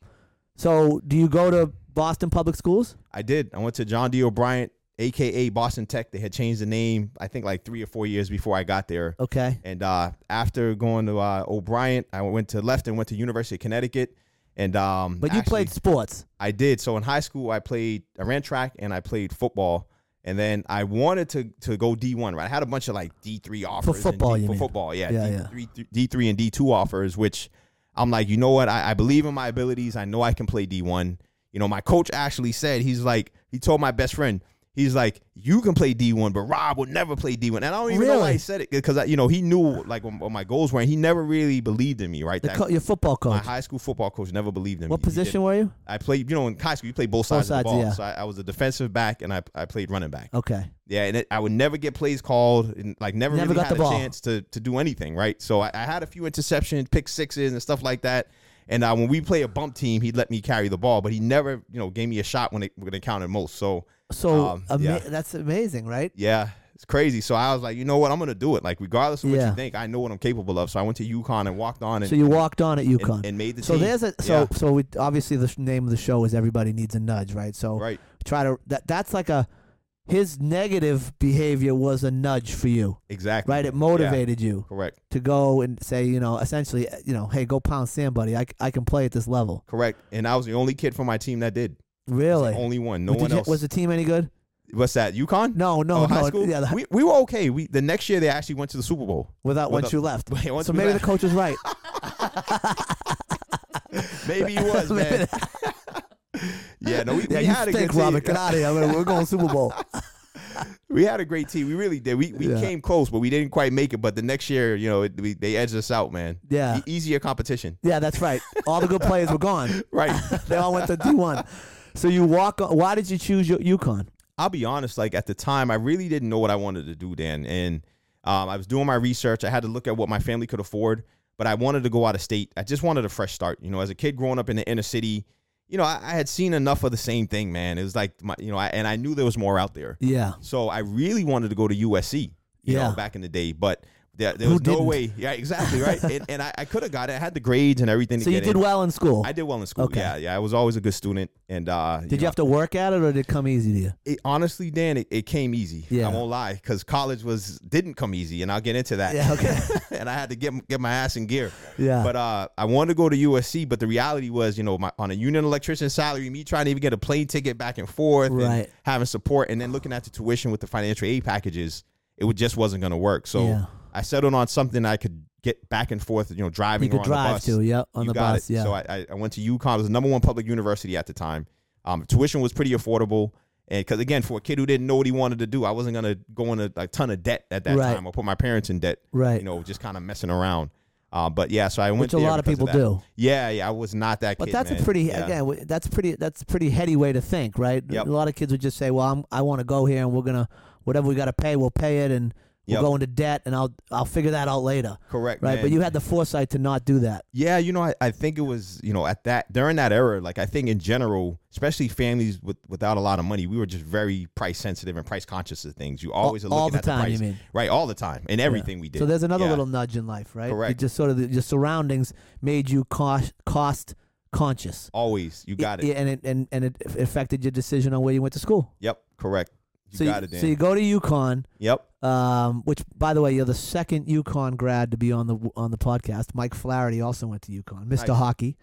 Speaker 1: so do you go to Boston public schools?
Speaker 3: I did. I went to John D. O'Brien, aka Boston Tech. They had changed the name, I think, like three or four years before I got there.
Speaker 1: Okay.
Speaker 3: And uh, after going to uh, O'Brien, I went to left and went to University of Connecticut. And um,
Speaker 1: But you
Speaker 3: actually,
Speaker 1: played sports.
Speaker 3: I did. So in high school, I played. I ran track and I played football. And then I wanted to to go D one. Right, I had a bunch of like D three offers and
Speaker 1: football,
Speaker 3: D,
Speaker 1: you
Speaker 3: for
Speaker 1: mean.
Speaker 3: football, yeah,
Speaker 1: Yeah,
Speaker 3: D,
Speaker 1: yeah.
Speaker 3: Three, D three and D two offers, which I'm like, you know what? I, I believe in my abilities. I know I can play D one. You know, my coach actually said he's like he told my best friend. He's like, you can play D one, but Rob will never play D one, and I don't even know why
Speaker 1: Really?
Speaker 3: he said it because you know he knew like what what my goals were, and he never really believed in me. Right,
Speaker 1: The
Speaker 3: That-
Speaker 1: co- your football
Speaker 3: my
Speaker 1: coach.
Speaker 3: high school football coach never believed in me.
Speaker 1: What
Speaker 3: He didn't.
Speaker 1: position were you?
Speaker 3: I played, you know, in high school, you play both sides,
Speaker 1: sides,
Speaker 3: of the ball.
Speaker 1: yeah. Oh.
Speaker 3: So I, I was a defensive back and I, I played running back.
Speaker 1: Okay.
Speaker 3: Yeah, and it, I would never get plays called and like never,
Speaker 1: Never
Speaker 3: really
Speaker 1: got
Speaker 3: had
Speaker 1: the
Speaker 3: a
Speaker 1: ball.
Speaker 3: chance to, to do anything, right? So I, I had a few interceptions, pick sixes, and stuff like that. And uh, when we play a bump team, he'd let me carry the ball, but he never, you know, gave me a shot when it, when it counted most. So
Speaker 1: So
Speaker 3: Um,
Speaker 1: ama-
Speaker 3: yeah.
Speaker 1: that's amazing, right?
Speaker 3: yeah, it's crazy. So I was like, you know what? I'm going to do it. Like, regardless of what
Speaker 1: Yeah.
Speaker 3: you think, I know what I'm capable of. So I went to UConn and walked on and,
Speaker 1: So you walked on at UConn.
Speaker 3: and, and made the
Speaker 1: so
Speaker 3: team.
Speaker 1: there's a so
Speaker 3: Yeah.
Speaker 1: so we obviously the sh- name of the show is everybody needs a nudge, right? So
Speaker 3: right.
Speaker 1: try to that that's like a his negative behavior was a nudge for you,
Speaker 3: Exactly.
Speaker 1: right? It
Speaker 3: Yeah,
Speaker 1: motivated you
Speaker 3: correct.
Speaker 1: to go and say, you know, essentially, uh, you know, hey, go pound sand, buddy. I, c- I can play at this level.
Speaker 3: Correct. And I was the only kid from my team that did. It's
Speaker 1: Really?
Speaker 3: The only one. No
Speaker 1: Did
Speaker 3: one
Speaker 1: you-
Speaker 3: else.
Speaker 1: Was the team any good?
Speaker 3: What's that? UConn?
Speaker 1: No, no,
Speaker 3: Oh,
Speaker 1: no.
Speaker 3: high school.
Speaker 1: Yeah, the-
Speaker 3: we, we were okay. We the next year they actually went to the Super Bowl.
Speaker 1: without
Speaker 3: With
Speaker 1: once
Speaker 3: the-
Speaker 1: you left.
Speaker 3: Once
Speaker 1: so
Speaker 3: we
Speaker 1: maybe
Speaker 3: left-
Speaker 1: the coach was right.
Speaker 3: maybe it was man. yeah, no, we,
Speaker 1: yeah,
Speaker 3: we
Speaker 1: you
Speaker 3: had a
Speaker 1: stink,
Speaker 3: good
Speaker 1: Robert.
Speaker 3: team.
Speaker 1: Get out of here. I mean, we're going Super Bowl.
Speaker 3: We had a great team. We really did. We we
Speaker 1: Yeah.
Speaker 3: came close, but we didn't quite make it. But the next year, you know, it, we, they edged us out, man.
Speaker 1: Yeah.
Speaker 3: E- easier competition,
Speaker 1: Yeah, that's right. All the good players were gone.
Speaker 3: right?
Speaker 1: They all went to D1. So you walk on. Why did you choose your UConn?
Speaker 3: I'll be honest, like at the time, I really didn't know what I wanted to do, Dan. And um, I was doing my research. I had to look at what my family could afford, but I wanted to go out of state. I just wanted a fresh start. You know, as a kid growing up in the inner city, you know, I, I had seen enough of the same thing, man. It was like, my, you know, I, and I knew there was more out there.
Speaker 1: Yeah.
Speaker 3: So I really wanted to go to USC, you
Speaker 1: Yeah.
Speaker 3: know, back in the day, but there, there
Speaker 1: Who
Speaker 3: was no
Speaker 1: didn't?
Speaker 3: way. Yeah, exactly, right. and and I, I could have got it. I had the grades and everything.
Speaker 1: So
Speaker 3: to
Speaker 1: you
Speaker 3: get
Speaker 1: did
Speaker 3: in.
Speaker 1: well in school.
Speaker 3: I did well in school.
Speaker 1: Okay.
Speaker 3: Yeah, yeah. I was always a good student, and uh,
Speaker 1: did you have to work at it, or did it come easy to you?
Speaker 3: it, honestly, Dan, it, it came easy.
Speaker 1: Yeah.
Speaker 3: I won't lie, because college was didn't come easy, and I'll get into that.
Speaker 1: Yeah, okay.
Speaker 3: and I had to get get my ass in gear.
Speaker 1: Yeah.
Speaker 3: But uh, I wanted to go to USC, but the reality was, you know, my on a union electrician salary, me trying to even get a plane ticket back and forth, and
Speaker 1: Right.
Speaker 3: having support, and then looking at the tuition with the financial aid packages, it would, just wasn't going to work. So
Speaker 1: Yeah.
Speaker 3: I settled on something I could get back and forth, you know, driving
Speaker 1: you
Speaker 3: or
Speaker 1: could
Speaker 3: on the
Speaker 1: drive
Speaker 3: bus
Speaker 1: to. Yep. On
Speaker 3: you
Speaker 1: the
Speaker 3: got
Speaker 1: bus.
Speaker 3: it.
Speaker 1: Yeah.
Speaker 3: So I, I- I went to UConn. It was the number one public university at the time. Um, tuition was pretty affordable, and because again, for a kid who didn't know what he wanted to do, I wasn't gonna go into a ton of debt at that
Speaker 1: Right.
Speaker 3: time or put my parents in debt.
Speaker 1: right.
Speaker 3: You know, just kind of messing around. Uh, but yeah, so I went.
Speaker 1: Which a
Speaker 3: there
Speaker 1: lot of
Speaker 3: because
Speaker 1: people
Speaker 3: that.
Speaker 1: do.
Speaker 3: Yeah, yeah, I was not that.
Speaker 1: But
Speaker 3: kid,
Speaker 1: that's
Speaker 3: man.
Speaker 1: a pretty
Speaker 3: Yeah.
Speaker 1: again. w- That's pretty. That's a pretty heady way to think, right?
Speaker 3: Yep.
Speaker 1: A lot of kids would just say, "Well, I'm, I want to go here, and we're gonna whatever we got to pay, we'll pay it, and we'll
Speaker 3: Yep.
Speaker 1: go into debt, and I'll I'll figure that out later."
Speaker 3: correct,
Speaker 1: Right.
Speaker 3: man.
Speaker 1: But you had the foresight to not do that.
Speaker 3: Yeah, you know, I, I think it was, you know, at that during that era, like I think in general, especially families with without a lot of money, we were just very price sensitive and price conscious of things. You always are
Speaker 1: all
Speaker 3: looking
Speaker 1: the
Speaker 3: at
Speaker 1: time,
Speaker 3: the
Speaker 1: you
Speaker 3: price.
Speaker 1: mean?
Speaker 3: Right, all the time. And everything we did.
Speaker 1: So there's another
Speaker 3: Yeah.
Speaker 1: little nudge in life, right? You
Speaker 3: Correct.
Speaker 1: just sort of the, your surroundings made you cost cost conscious.
Speaker 3: always. You got it.
Speaker 1: Yeah, and it and, and it affected your decision on where you went to school.
Speaker 3: Yep, correct. You
Speaker 1: so
Speaker 3: got
Speaker 1: you,
Speaker 3: it, Dan.
Speaker 1: so you go to UConn.
Speaker 3: yep.
Speaker 1: um, which by the way, you're the second UConn grad to be on the on the podcast. Mike Flaherty also went to UConn, Mr.
Speaker 3: Nice.
Speaker 1: Hockey.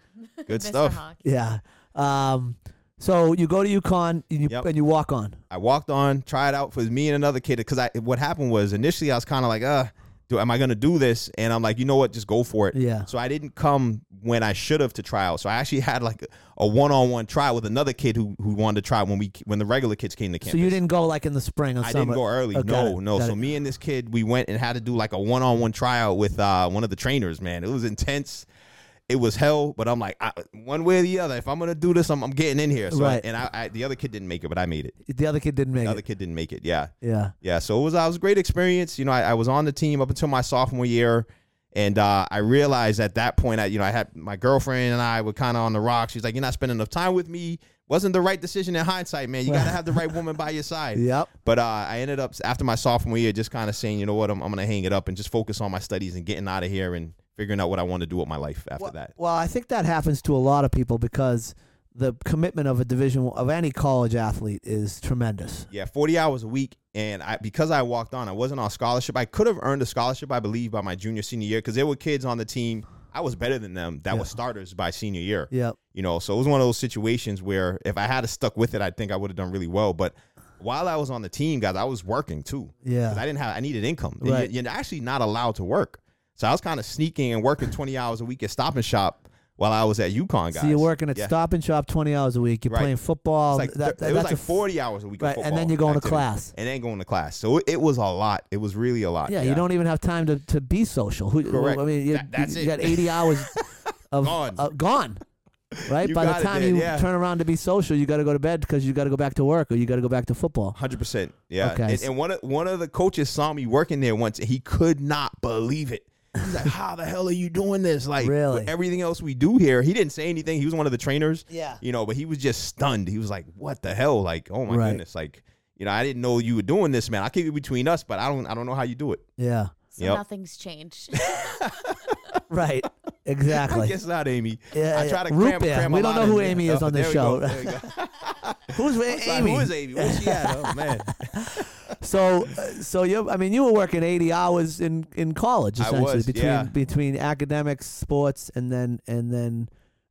Speaker 3: Good
Speaker 2: Mr.
Speaker 3: stuff.
Speaker 2: Hawk.
Speaker 1: Yeah. Um, so you go to UConn and you,
Speaker 3: Yep.
Speaker 1: and you walk on.
Speaker 3: I walked on, tried out for me and another kid because I what happened was initially I was kind of like, uh, do am I gonna do this? And I'm like, you know what, just go for it.
Speaker 1: Yeah.
Speaker 3: So I didn't come when I should have to try out. So I actually had like a one on one trial with another kid who who wanted to try when we when the regular kids came to campus.
Speaker 1: So you didn't go like in the spring or
Speaker 3: I
Speaker 1: summer.
Speaker 3: didn't go early.
Speaker 1: Oh, got
Speaker 3: no,
Speaker 1: it,
Speaker 3: no.
Speaker 1: got
Speaker 3: So
Speaker 1: it.
Speaker 3: me and this kid, we went and had to do like a one on one tryout with uh, one of the trainers. Man, it was intense. It was hell, but I'm like, I, one way or the other. If I'm gonna do this, I'm, I'm getting in here. So,
Speaker 1: Right.
Speaker 3: And I, I, the other kid didn't make it, but I made it.
Speaker 1: the other kid didn't make
Speaker 3: The other
Speaker 1: it.
Speaker 3: kid didn't make it. Yeah,
Speaker 1: Yeah.
Speaker 3: yeah. So it was, I was a great experience. You know, I, I was on the team up until my sophomore year, and uh, I realized at that point, I, you know, I had my girlfriend and I were kind of on the rocks. She's like, "You're not spending enough time with me." Wasn't the right decision in hindsight, man. You gotta have the right woman by your side.
Speaker 1: Yep.
Speaker 3: But uh, I ended up after my sophomore year just kind of saying, you know what, I'm, I'm going to hang it up and just focus on my studies and getting out of here and figuring out what I want to do with my life after
Speaker 1: Well,
Speaker 3: that.
Speaker 1: well, I think that happens to a lot of people because the commitment of a division of any college athlete is tremendous.
Speaker 3: Yeah, 40 hours a week. And I, because I walked on, I wasn't on scholarship. I could have earned a scholarship, I believe, by my junior, senior year because there were kids on the team. I was better than them that
Speaker 1: Yeah.
Speaker 3: were starters by senior year.
Speaker 1: Yep.
Speaker 3: you know so it was one of those situations where if i had have stuck with it i think i would have done really well but while i was on the team guys i was working too
Speaker 1: Yeah.
Speaker 3: 'Cause i didn't have i needed income And
Speaker 1: Right.
Speaker 3: you, are actually not allowed to work so i was kind of sneaking and working 20 hours a week at stop and shop while i was at UConn, guys
Speaker 1: So you're working at
Speaker 3: Yeah.
Speaker 1: Stop and Shop 20 hours a week. You're
Speaker 3: Right.
Speaker 1: playing football.
Speaker 3: It's like
Speaker 1: Oh, That-
Speaker 3: thir- it was
Speaker 1: that's
Speaker 3: like
Speaker 1: a f-
Speaker 3: 40 hours a week of
Speaker 1: Right, and then
Speaker 3: football
Speaker 1: you're going to
Speaker 3: activity.
Speaker 1: class.
Speaker 3: and then going to class so it, it was a lot it was really a lot
Speaker 1: Yeah, you don't even have time to, to be social. Who,
Speaker 3: Correct.
Speaker 1: I mean, you,
Speaker 3: That- that's
Speaker 1: you
Speaker 3: it.
Speaker 1: got 80 hours of
Speaker 3: Gone.
Speaker 1: uh, gone. Right?
Speaker 3: You
Speaker 1: By
Speaker 3: got
Speaker 1: the
Speaker 3: it,
Speaker 1: time
Speaker 3: Dan,
Speaker 1: you
Speaker 3: yeah.
Speaker 1: turn around to be social, you got to go to bed because you got to go back to work or you got to go back to football.
Speaker 3: Hundred percent, yeah.
Speaker 1: Okay.
Speaker 3: And, and one of one of the coaches saw me working there once, and he could not believe it. He's like, "How the hell are you doing this? Like, with
Speaker 1: Really?
Speaker 3: everything else we do here." He didn't say anything. He was one of the trainers,
Speaker 1: Yeah.
Speaker 3: you know, but he was just stunned. He was like, "What the hell? Like, oh my
Speaker 1: Right.
Speaker 3: goodness! Like, you know, I didn't know you were doing this, man. I keep it between us, but I don't, I don't know how you do it."
Speaker 1: Yeah.
Speaker 2: So
Speaker 3: Yep.
Speaker 2: nothing's changed.
Speaker 1: Right.
Speaker 3: I
Speaker 1: Exactly.
Speaker 3: guess not, Amy.
Speaker 1: Yeah,
Speaker 3: I
Speaker 1: yeah.
Speaker 3: try to
Speaker 1: Root
Speaker 3: cram,
Speaker 1: beer.
Speaker 3: cram
Speaker 1: We
Speaker 3: a
Speaker 1: don't
Speaker 3: lot
Speaker 1: know who
Speaker 3: in there.
Speaker 1: Amy is
Speaker 3: Oh,
Speaker 1: on this
Speaker 3: there we
Speaker 1: show.
Speaker 3: go, there we go.
Speaker 1: Who's with
Speaker 3: Like,
Speaker 1: Amy?
Speaker 3: Who is Amy? Where's she at? Oh man.
Speaker 1: So, uh, so you. I mean, you were working 80 hours in in college
Speaker 3: I
Speaker 1: essentially
Speaker 3: was,
Speaker 1: between
Speaker 3: yeah.
Speaker 1: between academics, sports, and then and then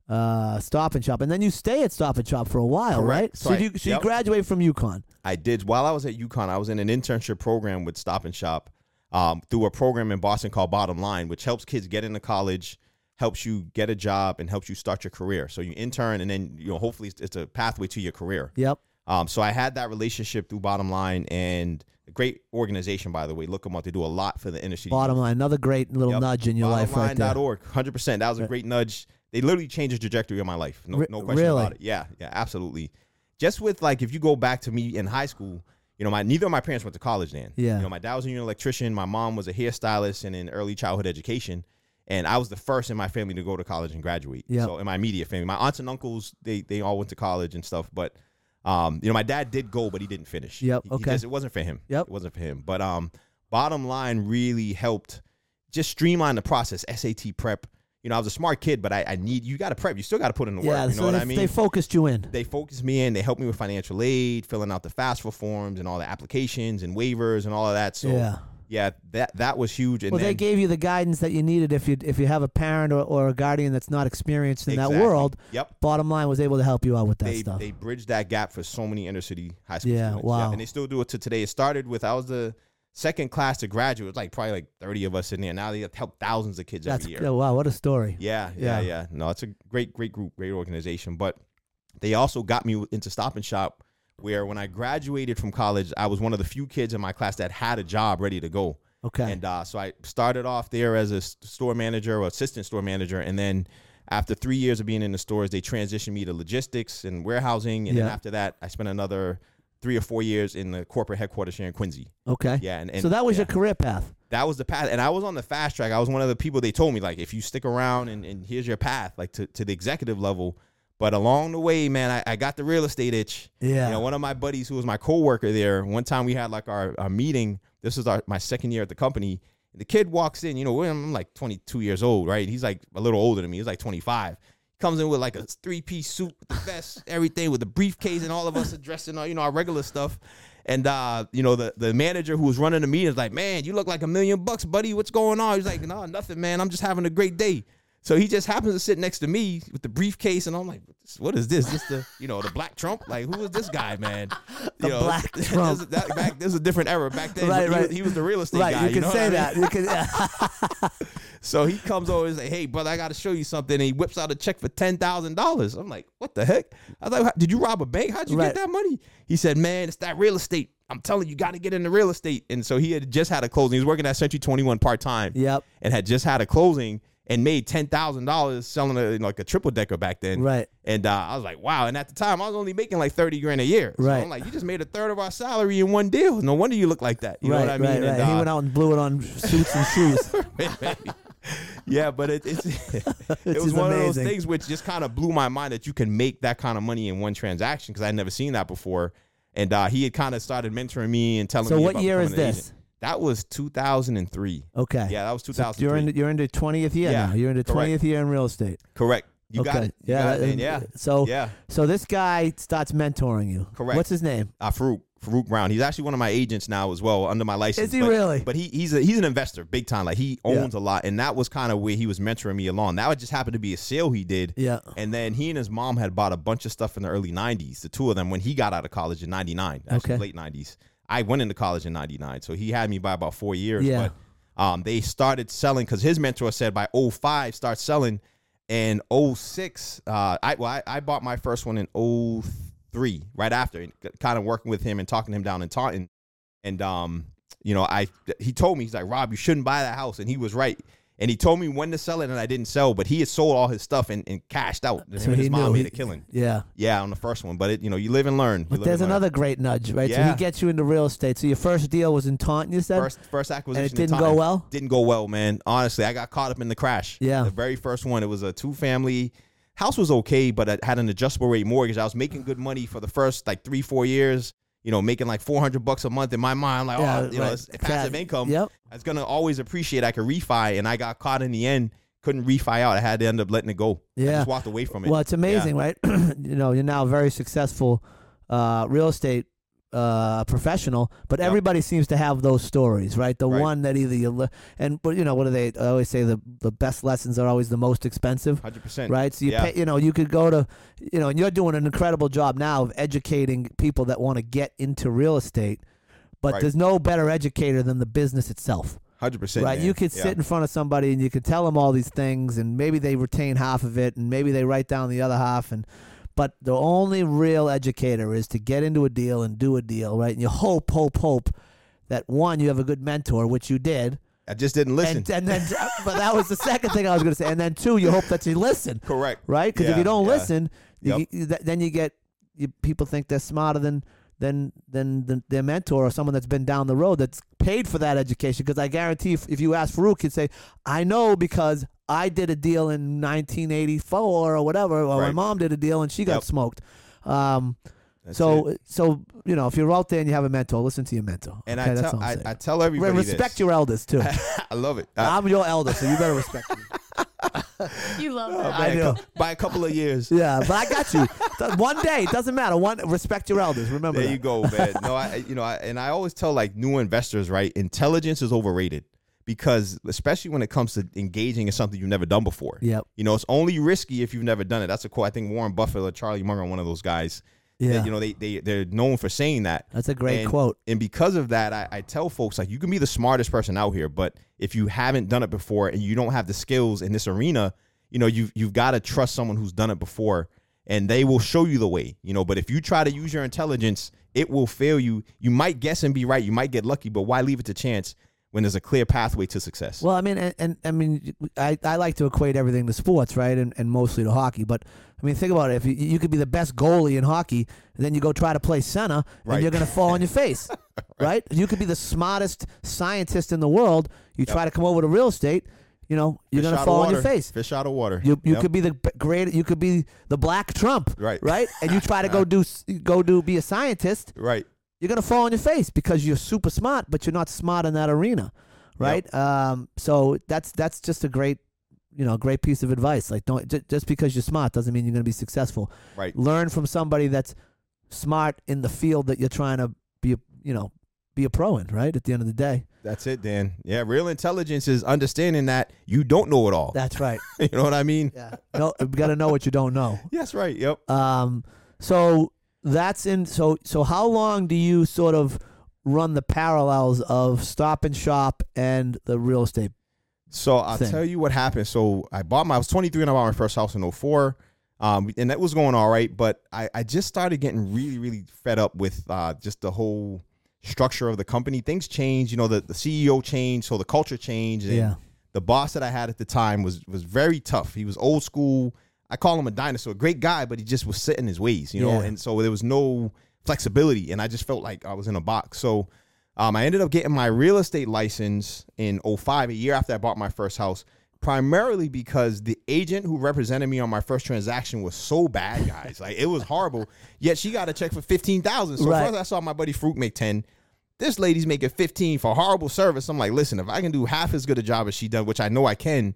Speaker 1: uh, Stop and Shop, and then you stay at Stop and Shop for a while,
Speaker 3: Correct.
Speaker 1: right? So,
Speaker 3: So I-
Speaker 1: you so
Speaker 3: yep.
Speaker 1: you graduate from UConn.
Speaker 3: I did while I was at UConn, I was in an internship program with Stop and Shop um, through a program in Boston called Bottom Line, which helps kids get into college, helps you get a job, and helps you start your career. So you intern, and then you know hopefully it's, it's a pathway to your career.
Speaker 1: Yep.
Speaker 3: Um, so I had that relationship through Bottom Line, and a great organization by the way. Look them up; they do a lot for the industry.
Speaker 1: Bottom line, another great little
Speaker 3: Yep.
Speaker 1: nudge in your life right there.
Speaker 3: Bottomline.org, hundred percent. That was a great nudge. They literally changed the trajectory of my life. No,
Speaker 1: Re-
Speaker 3: no question
Speaker 1: really?
Speaker 3: about it. Yeah, yeah, absolutely. Just with like, if you go back to me in high school, you know, my neither of my parents went to college. Then,
Speaker 1: Yeah.
Speaker 3: you know, my dad was a union electrician. My mom was a hairstylist and in early childhood education. And I was the first in my family to go to college and graduate.
Speaker 1: Yep.
Speaker 3: So in my immediate family, my aunts and uncles, they they all went to college and stuff. But um, you know, my dad did go, but he didn't finish.
Speaker 1: Yep,
Speaker 3: He- he
Speaker 1: okay.
Speaker 3: just- it wasn't for him.
Speaker 1: Yep.
Speaker 3: It wasn't for him. But um, bottom line really helped just streamline the process. SAT prep. You know, I was a smart kid, but I, I need you got to prep. You still got to put in the
Speaker 1: yeah,
Speaker 3: work. You
Speaker 1: so
Speaker 3: know what
Speaker 1: they,
Speaker 3: I mean?
Speaker 1: they focused you in.
Speaker 3: they focused me in. They helped me with financial aid, filling out the FAFSA forms and all the applications and waivers and all of that. So
Speaker 1: yeah.
Speaker 3: yeah, that that was huge. And
Speaker 1: Well,
Speaker 3: then,
Speaker 1: they gave you the guidance that you needed if you if you have a parent or, or a guardian that's not experienced in
Speaker 3: Exactly.
Speaker 1: that world.
Speaker 3: Yep.
Speaker 1: Bottom line was able to help you out with that
Speaker 3: They,
Speaker 1: stuff.
Speaker 3: they bridged that gap for so many inner city high school
Speaker 1: Yeah,
Speaker 3: students.
Speaker 1: wow.
Speaker 3: And they still do it to today. It started with I was the second class to graduate. It was like probably like thirty of us in there. Now they have helped thousands of kids
Speaker 1: that's
Speaker 3: every year.
Speaker 1: yeah, wow, what a story.
Speaker 3: Yeah, yeah,
Speaker 1: Yeah.
Speaker 3: yeah. No, it's a great, great group, great organization. But they also got me into Stop and Shop, where when I graduated from college, I was one of the few kids in my class that had a job ready to go.
Speaker 1: Okay.
Speaker 3: And uh, so I started off there as a s- store manager or assistant store manager. And then after three years of being in the stores, they transitioned me to logistics and warehousing. And then
Speaker 1: Yeah.
Speaker 3: after that, I spent another three or four years in the corporate headquarters here in Quincy.
Speaker 1: okay.
Speaker 3: Yeah. And, and
Speaker 1: so that was
Speaker 3: yeah
Speaker 1: your career path.
Speaker 3: that was the path and i was on the fast track i was one of the people they told me like if you stick around and, and here's your path like to, to the executive level but along the way man i, I got the real estate itch
Speaker 1: Yeah.
Speaker 3: you know one of my buddies who was my coworker there one time we had like our, our meeting this was our, my second year at the company the kid walks in you know we're- i'm like 22 years old right he's like a little older than me he's like 25 comes in with like a three-piece suit with the vest everything with the briefcase and all of us are dressed in our you know our regular stuff and uh, you know, the, the manager who was running the meeting is like, Man, you look like a million bucks, buddy. What's going on? He's like, No, nothing, man. I'm just having a great day. So he just happens to sit next to me with the briefcase, and I'm like, "What is this? This the you know the black Trump? Like who is this guy, man? You
Speaker 1: The
Speaker 3: know,
Speaker 1: black
Speaker 3: this-
Speaker 1: Trump.
Speaker 3: that- back, this is a different era back then.
Speaker 1: Right,
Speaker 3: he, was-
Speaker 1: right.
Speaker 3: he was the real estate
Speaker 1: Right,
Speaker 3: guy.
Speaker 1: you
Speaker 3: you
Speaker 1: can
Speaker 3: know what
Speaker 1: say
Speaker 3: I mean?
Speaker 1: that. You can,
Speaker 3: So he comes over and he's like, hey, brother, I got to show you something. And he whips out a check for $10,000. I'm like, what the heck? I was like, did you rob a bank? How'd you
Speaker 1: Right.
Speaker 3: get that money? He said, man, it's that real estate. I'm telling you, you got to get into real estate. And so he had just had a closing. He was working at Century 21 part time
Speaker 1: Yep.
Speaker 3: and had just had a closing and made $10,000 selling a, you know, like a triple decker back then.
Speaker 1: Right.
Speaker 3: And uh, I was like, wow. And at the time, I was only making like 30 grand a year. So
Speaker 1: Right.
Speaker 3: I'm like, you just made a third of our salary in one deal. No wonder you look like that. You
Speaker 1: right,
Speaker 3: know what I mean?
Speaker 1: right, right.
Speaker 3: And,
Speaker 1: he
Speaker 3: uh,
Speaker 1: went out and blew it on suits and shoes.
Speaker 3: yeah, but it, it's it was
Speaker 1: is
Speaker 3: one of those
Speaker 1: amazing.
Speaker 3: things which just kind of blew my mind that you can make that kind of money in one transaction because I'd never seen that before. And uh, he had kind of started mentoring me and telling
Speaker 1: So
Speaker 3: me.
Speaker 1: what
Speaker 3: about
Speaker 1: year is
Speaker 3: becoming an
Speaker 1: this?
Speaker 3: agent. That was 2003.
Speaker 1: Okay.
Speaker 3: Yeah, that was
Speaker 1: So you're
Speaker 3: 2003.
Speaker 1: in you're in the twentieth year
Speaker 3: Yeah,
Speaker 1: now. You're in the
Speaker 3: correct.
Speaker 1: twentieth year in real estate.
Speaker 3: Correct. You
Speaker 1: okay.
Speaker 3: got it. You
Speaker 1: yeah. um,
Speaker 3: got it, man.
Speaker 1: and
Speaker 3: Yeah.
Speaker 1: So
Speaker 3: Yeah.
Speaker 1: so this guy starts mentoring you.
Speaker 3: Correct.
Speaker 1: What's his name?
Speaker 3: Uh, Farouk Farouk Brown. He's actually one of my agents now as well under my license.
Speaker 1: Is he
Speaker 3: but,
Speaker 1: really?
Speaker 3: But he he's a, he's an investor, big time. Like he
Speaker 1: Yeah.
Speaker 3: owns a lot, and that was kind of where he was mentoring me along. That would just happened to be a sale he did.
Speaker 1: Yeah.
Speaker 3: And then he and his mom had bought a bunch of stuff in the early 90s, the two of them, when he got out of college in 99, actually
Speaker 1: Okay.
Speaker 3: late 90s. I went into college in 99, so he had me by about four years.
Speaker 1: Yeah.
Speaker 3: But um, they started selling because his mentor said by 05, start selling. And 06, uh, I, well, I, I bought my first one in 03, right after, and kind of working with him and talking to him down in Taunton. And um, you know, I he told me he's like Rob, you shouldn't buy that house, and he was right. And he told me when to sell it, and I didn't sell, but he had sold all his stuff and, and cashed out. Him
Speaker 1: So
Speaker 3: and
Speaker 1: he
Speaker 3: his
Speaker 1: knew.
Speaker 3: mom made
Speaker 1: He-
Speaker 3: a killing.
Speaker 1: Yeah.
Speaker 3: Yeah, on the first one, but it, you know, you live and learn. You
Speaker 1: But
Speaker 3: live
Speaker 1: there's
Speaker 3: and learn.
Speaker 1: another great nudge, right? So
Speaker 3: Yeah.
Speaker 1: he gets you into real estate. So your first deal was in Taunton, you said?
Speaker 3: first first acquisition. in
Speaker 1: didn't go
Speaker 3: Taunton.
Speaker 1: well?
Speaker 3: Didn't go well, man. Honestly, I got caught up in the crash.
Speaker 1: Yeah.
Speaker 3: the very first one. It was a two family house was okay, but I had an adjustable rate mortgage. I was making good money for the first like three four years. You know, making like four hundred bucks a month in my mind, I'm like
Speaker 1: Yeah,
Speaker 3: oh, you know,
Speaker 1: right.
Speaker 3: it's passive
Speaker 1: Ca-
Speaker 3: income.
Speaker 1: Yep.
Speaker 3: I was gonna always appreciate I could refi, and I got caught in the end. Couldn't refi out. I had to end up letting it go. I
Speaker 1: Yeah.
Speaker 3: just walked away from it.
Speaker 1: Well, it's amazing, right? you know, you're now a very successful uh, real estate uh, professional, but
Speaker 3: Yep.
Speaker 1: everybody seems to have those stories, right? The
Speaker 3: Right.
Speaker 1: one that either you le- and but you know what do they? I always say the the best lessons are always the most expensive.
Speaker 3: Hundred percent.
Speaker 1: Right, so you
Speaker 3: Yeah.
Speaker 1: pay, you know you could go to, you know, and you're doing an incredible job now of educating people that want to get into real estate, but
Speaker 3: Right.
Speaker 1: there's no better educator than the business itself.
Speaker 3: Hundred percent.
Speaker 1: Right. You could sit in front of somebody and you could tell them all these things, and maybe they retain half of it, and maybe they write down the other half. And but the only real educator is to get into a deal and do a deal, right? And you hope, hope, hope that one you have a good mentor, which you did,
Speaker 3: I just didn't listen.
Speaker 1: and and then but that was the second thing I was going to say, and then two, you hope that you listen,
Speaker 3: Correct.
Speaker 1: right? Because if
Speaker 3: Yeah,
Speaker 1: you don't
Speaker 3: yeah.
Speaker 1: listen, you,
Speaker 3: Yep.
Speaker 1: you- th- then you get you, people think they're smarter than. Than, than the, their mentor or someone that's been down the road that's paid for that education. Because I guarantee if, if you ask Farouk, he'd say, I know because I did a deal in 1984 or whatever, or my
Speaker 3: Right.
Speaker 1: mom did a deal and she got
Speaker 3: Yep.
Speaker 1: smoked. Um,
Speaker 3: That's
Speaker 1: so
Speaker 3: it.
Speaker 1: so you know, if you're out there and you have a mentor, listen to your mentor.
Speaker 3: and
Speaker 1: okay,
Speaker 3: I
Speaker 1: that's
Speaker 3: tell
Speaker 1: all I'm
Speaker 3: I,
Speaker 1: saying.
Speaker 3: I tell everybody
Speaker 1: Re- respect your elders too.
Speaker 3: your. I love it. I,
Speaker 1: I'm your elder, so you better respect me.
Speaker 2: You love
Speaker 3: by,
Speaker 2: that.
Speaker 1: I
Speaker 3: a
Speaker 1: do.
Speaker 3: cou- by a couple of years.
Speaker 1: Yeah, but I got you. Th- One day, it doesn't matter. One respect your elders. Remember
Speaker 3: There
Speaker 1: that.
Speaker 3: you go, man. No, I you know, I, and I always tell like new investors, right? Intelligence is overrated because especially when it comes to engaging in something you've never done before.
Speaker 1: Yep.
Speaker 3: You know, it's only risky if you've never done it. That's a quote. I think Warren Buffett or Charlie Munger, one of those guys. that,
Speaker 1: Yeah.
Speaker 3: you know, they they they're known for saying that.
Speaker 1: That's a great
Speaker 3: And-
Speaker 1: quote.
Speaker 3: And because of that, I, I tell folks like you can be the smartest person out here, but if you haven't done it before and you don't have the skills in this arena, you know, you've you've got to trust someone who's done it before and they will show you the way. You know, but if you try to use your intelligence, it will fail you. You might guess and be right. You might get lucky, but why leave it to chance when there's a clear pathway to success?
Speaker 1: Well, I mean, and, and I mean, I, I like to equate everything to sports, right, and, and mostly to hockey. But I mean, think about it. If you, you could be the best goalie in hockey, and then you go try to play center,
Speaker 3: Right.
Speaker 1: and you're going to fall on your face, right? You could be the smartest scientist in the world. You try to come over to real estate, you know, you're
Speaker 3: Fish
Speaker 1: going
Speaker 3: out
Speaker 1: to
Speaker 3: of
Speaker 1: fall on your
Speaker 3: water.
Speaker 1: face.
Speaker 3: Fish out of water.
Speaker 1: You you
Speaker 3: Yep.
Speaker 1: could be the b- great. You could be the black Trump,
Speaker 3: Right.
Speaker 1: Right, and you try to go do s- go do be a scientist.
Speaker 3: right.
Speaker 1: You're gonna fall on your face because you're super smart, but you're not smart in that arena, right? Um, so that's that's just a great, you know, great piece of advice. Like don't j- just because you're smart doesn't mean you're gonna be successful.
Speaker 3: Right.
Speaker 1: Learn from somebody that's smart in the field that you're trying to be, a, you know, be a pro in. Right at the end of the day,
Speaker 3: That's it, Dan. Yeah, real intelligence is understanding that you don't know it all.
Speaker 1: that's right.
Speaker 3: you know what I mean?
Speaker 1: yeah, no, you gotta know what you don't know.
Speaker 3: Yes, right. Yep.
Speaker 1: Um, so that's in. So so how long do you sort of run the parallels of Stop and Shop and the real estate?
Speaker 3: So I'll
Speaker 1: thing.
Speaker 3: tell you what happened. So I bought my I was 23 and I bought my first house in 04. Um, and that was going all right, but I, I just started getting really, really fed up with uh, just the whole structure of the company. Things changed, you know, the, the CEO changed, so the culture changed. And
Speaker 1: Yeah.
Speaker 3: the boss that I had at the time was was very tough. He was old school. I call him a dinosaur, great guy, but he just was set in his ways, you know,
Speaker 1: Yeah.
Speaker 3: and so there was no flexibility. And I just felt like I was in a box. So um, I ended up getting my real estate license in 05, a year after I bought my first house, primarily because the agent who represented me on my first transaction was so bad, guys. like it was horrible. Yet she got a check for 15000 So
Speaker 1: Right.
Speaker 3: first I saw my buddy Fruit make 10 this lady's making 15 for horrible service. I'm like, listen, if I can do half as good a job as she done, which I know I can,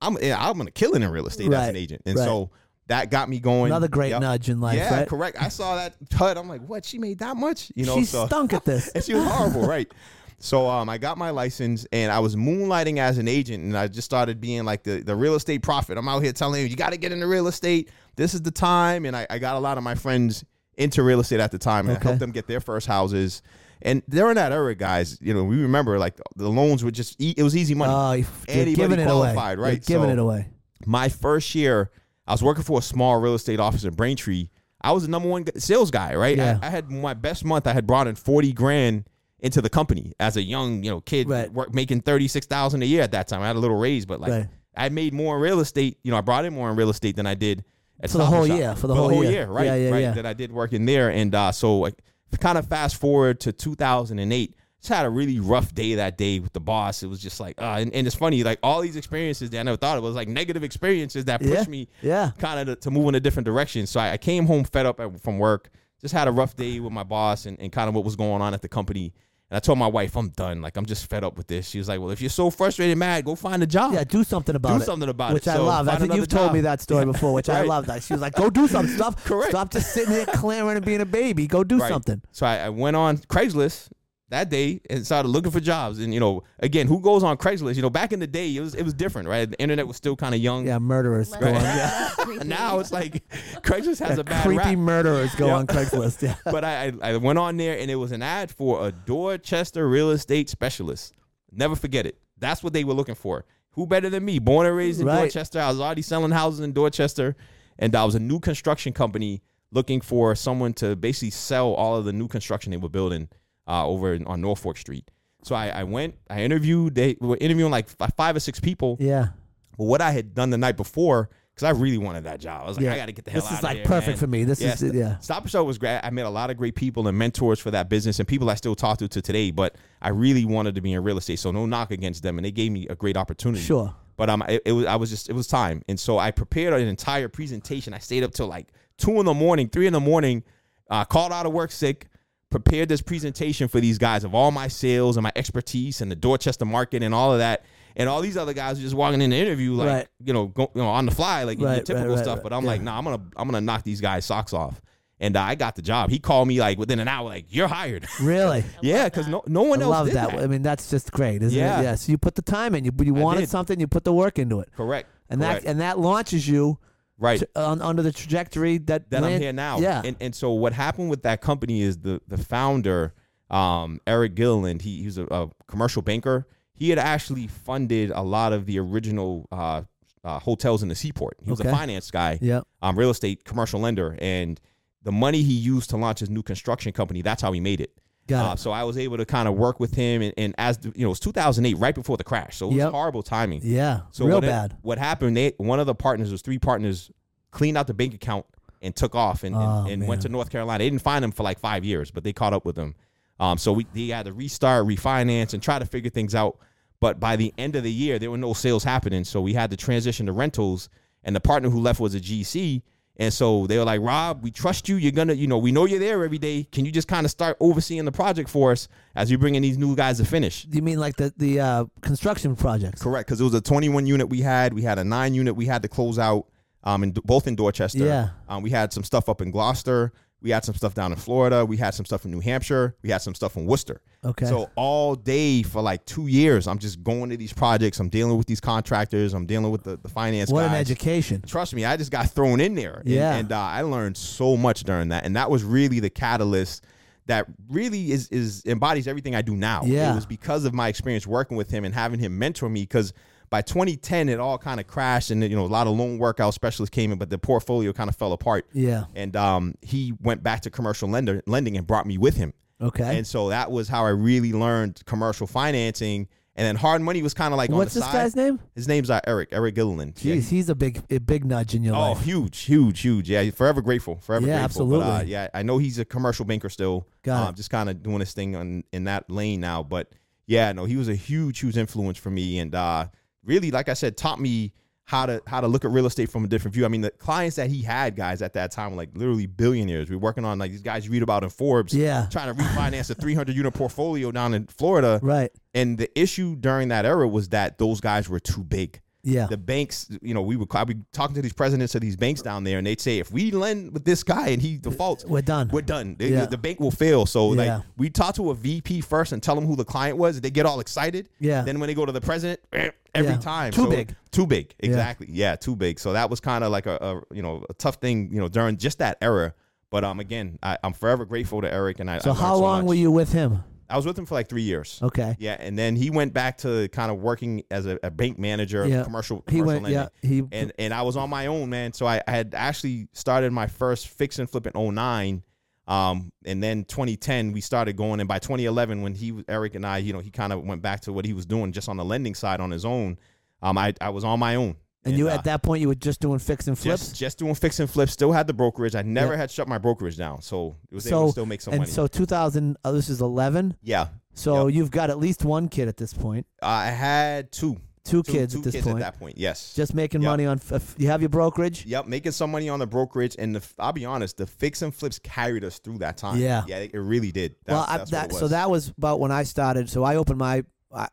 Speaker 3: I'm yeah, I'm gonna kill it in real estate as
Speaker 1: Right,
Speaker 3: an agent. And
Speaker 1: right.
Speaker 3: so that got me going.
Speaker 1: Another great
Speaker 3: Yep.
Speaker 1: nudge in life,
Speaker 3: Yeah,
Speaker 1: right?
Speaker 3: correct. I saw that HUD. I'm like, what? She made that much? You know,
Speaker 1: she
Speaker 3: so
Speaker 1: stunk at this.
Speaker 3: and she was horrible, right? So um, I got my license and I was moonlighting as an agent, and I just started being like the, the real estate prophet. I'm out here telling you, you got to get into real estate. This is the time, and I, I got a lot of my friends into real estate at the time, and I
Speaker 1: Okay.
Speaker 3: helped them get their first houses. And during that era, guys, you know, we remember like the loans were just e- it was easy money.
Speaker 1: Oh, you- you're
Speaker 3: Anybody
Speaker 1: giving it away.
Speaker 3: qualified, right?
Speaker 1: You're giving
Speaker 3: So-
Speaker 1: it away.
Speaker 3: my first year, I was working for a small real estate office in Braintree. I was the number one g- sales guy, right?
Speaker 1: Yeah.
Speaker 3: I, I had my best month. I had brought in forty grand into the company as a young, you know, kid
Speaker 1: Right.
Speaker 3: work, making thirty six thousand a year at that time. I had a little raise, but like
Speaker 1: Right.
Speaker 3: I made more in real estate. You know, I brought in more in real estate than I did at
Speaker 1: For the
Speaker 3: Stop and
Speaker 1: whole
Speaker 3: Shop.
Speaker 1: year, for the whole
Speaker 3: whole
Speaker 1: year.
Speaker 3: year, right?
Speaker 1: Yeah, yeah,
Speaker 3: right.
Speaker 1: yeah.
Speaker 3: That I did work in there, and uh, so like kind of fast forward to two thousand and eight. Just had a really rough day that day with the boss. It was just like, uh, and, and it's funny, like all these experiences that I never thought of was like negative experiences that pushed
Speaker 1: Yeah.
Speaker 3: me
Speaker 1: Yeah.
Speaker 3: kind of to, to move in a different direction. So I, I came home fed up at, from work, just had a rough day with my boss and, and kind of what was going on at the company. And I told my wife, I'm done. Like, I'm just fed up with this. She was like, Well, if you're so frustrated and mad, go find a job.
Speaker 1: Yeah, do something about it.
Speaker 3: something about it.
Speaker 1: Which I
Speaker 3: So
Speaker 1: love. I
Speaker 3: find
Speaker 1: think you've
Speaker 3: another
Speaker 1: told me
Speaker 3: job.
Speaker 1: that story before, which I
Speaker 3: Right.
Speaker 1: love that. She was like, go do some stuff.
Speaker 3: Correct.
Speaker 1: Stop just sitting here clamoring and being a baby. Go do
Speaker 3: Right.
Speaker 1: something.
Speaker 3: So I, I went on Craigslist that day and started looking for jobs. And, you know, again, who goes on Craigslist? You know, back in the day, it was, it was different, right? The internet was still kind of young.
Speaker 1: Yeah, murderers.
Speaker 2: Less
Speaker 1: Go on.
Speaker 2: than
Speaker 1: Yeah.
Speaker 2: that, creepy.
Speaker 3: And now it's like Craigslist has a bad
Speaker 1: Creepy
Speaker 3: rap.
Speaker 1: murderers go
Speaker 3: Yeah.
Speaker 1: on Craigslist. Yeah.
Speaker 3: but I, I I went on there and it was an ad for a Dorchester real estate specialist. Never forget it. That's what they were looking for. Who better than me? Born and raised in
Speaker 1: Right.
Speaker 3: Dorchester. I was already selling houses in Dorchester, and I was a new construction company looking for someone to basically sell all of the new construction they were building uh, over in, on Norfolk Street. So I, I went, I interviewed. They were interviewing like fi- five or six people.
Speaker 1: Yeah.
Speaker 3: But what I had done the night before, because I really wanted that job, I was like,
Speaker 1: Yeah.
Speaker 3: I got to get the hell
Speaker 1: This
Speaker 3: out
Speaker 1: is
Speaker 3: of
Speaker 1: like
Speaker 3: here,
Speaker 1: perfect
Speaker 3: man.
Speaker 1: for me. This
Speaker 3: Yeah,
Speaker 1: is, yeah.
Speaker 3: Stop and Show was great. I met a lot of great people and mentors for that business and people I still talk to to today, but I really wanted to be in real estate. So no knock against them. And they gave me a great opportunity.
Speaker 1: Sure.
Speaker 3: But um, it, it was I was just it was time, and so I prepared an entire presentation. I stayed up till like two in the morning, three in the morning, uh, called out of work sick, prepared this presentation for these guys of all my sales and my expertise and the Dorchester market and all of that, and all these other guys were just walking in the interview like
Speaker 1: Right.
Speaker 3: you know go, you know on the fly like you know,
Speaker 1: Right, right,
Speaker 3: typical
Speaker 1: right,
Speaker 3: stuff.
Speaker 1: right.
Speaker 3: But I'm like,
Speaker 1: Yeah.
Speaker 3: nah, I'm gonna I'm gonna knock these guys socks off, and uh, I got the job. He called me like within an hour, like you're hired.
Speaker 1: Really.
Speaker 3: yeah, because
Speaker 2: that.
Speaker 3: no no one
Speaker 1: I
Speaker 3: else
Speaker 1: love
Speaker 3: did
Speaker 1: that.
Speaker 3: that.
Speaker 1: I mean, that's just great, isn't
Speaker 3: Yeah.
Speaker 1: it? Yeah. So you put the time in. You you
Speaker 3: I
Speaker 1: wanted
Speaker 3: did.
Speaker 1: something. You put the work into it,
Speaker 3: Correct.
Speaker 1: and
Speaker 3: correct.
Speaker 1: that and that launches you
Speaker 3: right.
Speaker 1: to, on, under the trajectory that
Speaker 3: that I'm
Speaker 1: land-
Speaker 3: here now.
Speaker 1: Yeah.
Speaker 3: And and so what happened with that company is the the founder, um, Eric Gilland, he, he was a, a commercial banker. He had actually funded a lot of the original uh, uh, hotels in the seaport. He was a
Speaker 1: Okay.
Speaker 3: finance guy,
Speaker 1: yeah.
Speaker 3: um, real estate commercial lender, and the money he used to launch his new construction company, that's how he made it.
Speaker 1: Got
Speaker 3: Uh,
Speaker 1: it.
Speaker 3: so I was able to kind of work with him, and, and as the, you know, it was 2008, right before the crash, so it was
Speaker 1: Yep.
Speaker 3: horrible timing.
Speaker 1: Yeah.
Speaker 3: So
Speaker 1: Real
Speaker 3: what it-
Speaker 1: bad.
Speaker 3: what happened? They one of the partners was three partners cleaned out the bank account and took off and, and,
Speaker 1: Oh,
Speaker 3: and went to
Speaker 1: man.
Speaker 3: North Carolina. They didn't find him for like five years, but they caught up with him. Um, so we they had to restart, refinance, and try to figure things out. But by the end of the year, there were no sales happening, so we had to transition to rentals. And the partner who left was a GC, and so they were like, "Rob, we trust you. You're gonna, you know, we know you're there every day. Can you just kind of start overseeing the project for us as you bring in these new guys to finish?"
Speaker 1: You mean like the the uh, construction projects?
Speaker 3: Correct, because it was a 21 unit we had. We had a nine unit we had to close out. Um, in both in Dorchester.
Speaker 1: Yeah.
Speaker 3: Um, we had some stuff up in Gloucester. We had some stuff down in Florida. We had some stuff in New Hampshire. We had some stuff in Worcester.
Speaker 1: Okay.
Speaker 3: So all day for like two years, I'm just going to these projects. I'm dealing with these contractors. I'm dealing with the, the finance
Speaker 1: what
Speaker 3: guys.
Speaker 1: an education.
Speaker 3: Trust me, I just got thrown in there. And-
Speaker 1: Yeah.
Speaker 3: And, uh, I learned so much during that, and that was really the catalyst that really is is embodies everything I do now.
Speaker 1: Yeah.
Speaker 3: It was because of my experience working with him and having him mentor me because. By 2010, it all kind of crashed, and you know a lot of loan workout specialists came in, but the portfolio kind of fell apart.
Speaker 1: Yeah.
Speaker 3: And um, he went back to commercial lender lending and brought me with him.
Speaker 1: Okay.
Speaker 3: And so that was how I really learned commercial financing. And then hard money was kind of like on
Speaker 1: What's
Speaker 3: the
Speaker 1: this
Speaker 3: side.
Speaker 1: guy's name?
Speaker 3: His name's uh, Eric Eric Gilliland.
Speaker 1: Jeez, he's a big a big nudge in your
Speaker 3: Oh,
Speaker 1: life.
Speaker 3: huge, huge, huge. Yeah, forever grateful. Forever
Speaker 1: Yeah,
Speaker 3: grateful. But, uh,
Speaker 1: absolutely.
Speaker 3: yeah, I know he's a commercial banker still.
Speaker 1: Got
Speaker 3: um,
Speaker 1: it.
Speaker 3: Just kind of doing his thing on, in that lane now. But yeah, no, he was a huge, huge influence for me, and uh, really, like I said, taught me how to how to look at real estate from a different view. I mean, the clients that he had, guys, at that time, were like literally billionaires. We are working on like these guys you read about in Forbes.
Speaker 1: Yeah.
Speaker 3: Trying to refinance a 300 unit portfolio down in Florida.
Speaker 1: Right.
Speaker 3: And the issue during that era was that those guys were too big
Speaker 1: Yeah.
Speaker 3: the banks, you know, we would I'd be talking to these presidents of these banks down there, and they'd say, if we lend with this guy and he defaults,
Speaker 1: We're done.
Speaker 3: we're done. They-
Speaker 1: Yeah.
Speaker 3: The bank will fail. So
Speaker 1: Yeah.
Speaker 3: like, we talk to a VP first and tell them who the client was. They get all excited.
Speaker 1: Yeah.
Speaker 3: Then when they go to the president, every time
Speaker 1: Too
Speaker 3: So-
Speaker 1: big.
Speaker 3: too big. Exactly. Yeah, too big. So that was kind of like a, a you know a tough thing you know during just that era. But um, again, I, I'm forever grateful to Eric, and I. I
Speaker 1: so
Speaker 3: learned
Speaker 1: how long
Speaker 3: much.
Speaker 1: were you with him?
Speaker 3: I was with him for like three years.
Speaker 1: Okay.
Speaker 3: Yeah, and then he went back to kind of working as a, a bank manager,
Speaker 1: Yeah.
Speaker 3: commercial, commercial
Speaker 1: He went.
Speaker 3: lending
Speaker 1: Yeah. He.
Speaker 3: and and I was on my own, man. So I, I had actually started my first fix and flip in 09. Um, and then 2010 we started going, and by 2011 when he Eric and I, you know, he kind of went back to what he was doing just on the lending side on his own. Um, I I was on my own.
Speaker 1: and you
Speaker 3: uh,
Speaker 1: at that point you were just doing fix and flips.
Speaker 3: just just doing fix and flips. Still had the brokerage. I never
Speaker 1: Yeah.
Speaker 3: had shut my brokerage down, so it was able
Speaker 1: So-
Speaker 3: to still make some
Speaker 1: and
Speaker 3: money.
Speaker 1: so 2000. Oh, this is 11.
Speaker 3: yeah,
Speaker 1: So you've got at least one kid at this point.
Speaker 3: I had two
Speaker 1: Two,
Speaker 3: two
Speaker 1: kids
Speaker 3: two
Speaker 1: at this
Speaker 3: kids
Speaker 1: point.
Speaker 3: at that point. Yes,
Speaker 1: Just making
Speaker 3: Yeah.
Speaker 1: money on. F- f- you have your brokerage.
Speaker 3: Yep, making some money on the brokerage, and the, I'll be honest, the fix and flips carried us through that time.
Speaker 1: Yeah.
Speaker 3: yeah, it it really did. That,
Speaker 1: well, I,
Speaker 3: that's what
Speaker 1: that
Speaker 3: it was.
Speaker 1: so that was about when I started. So I opened my I,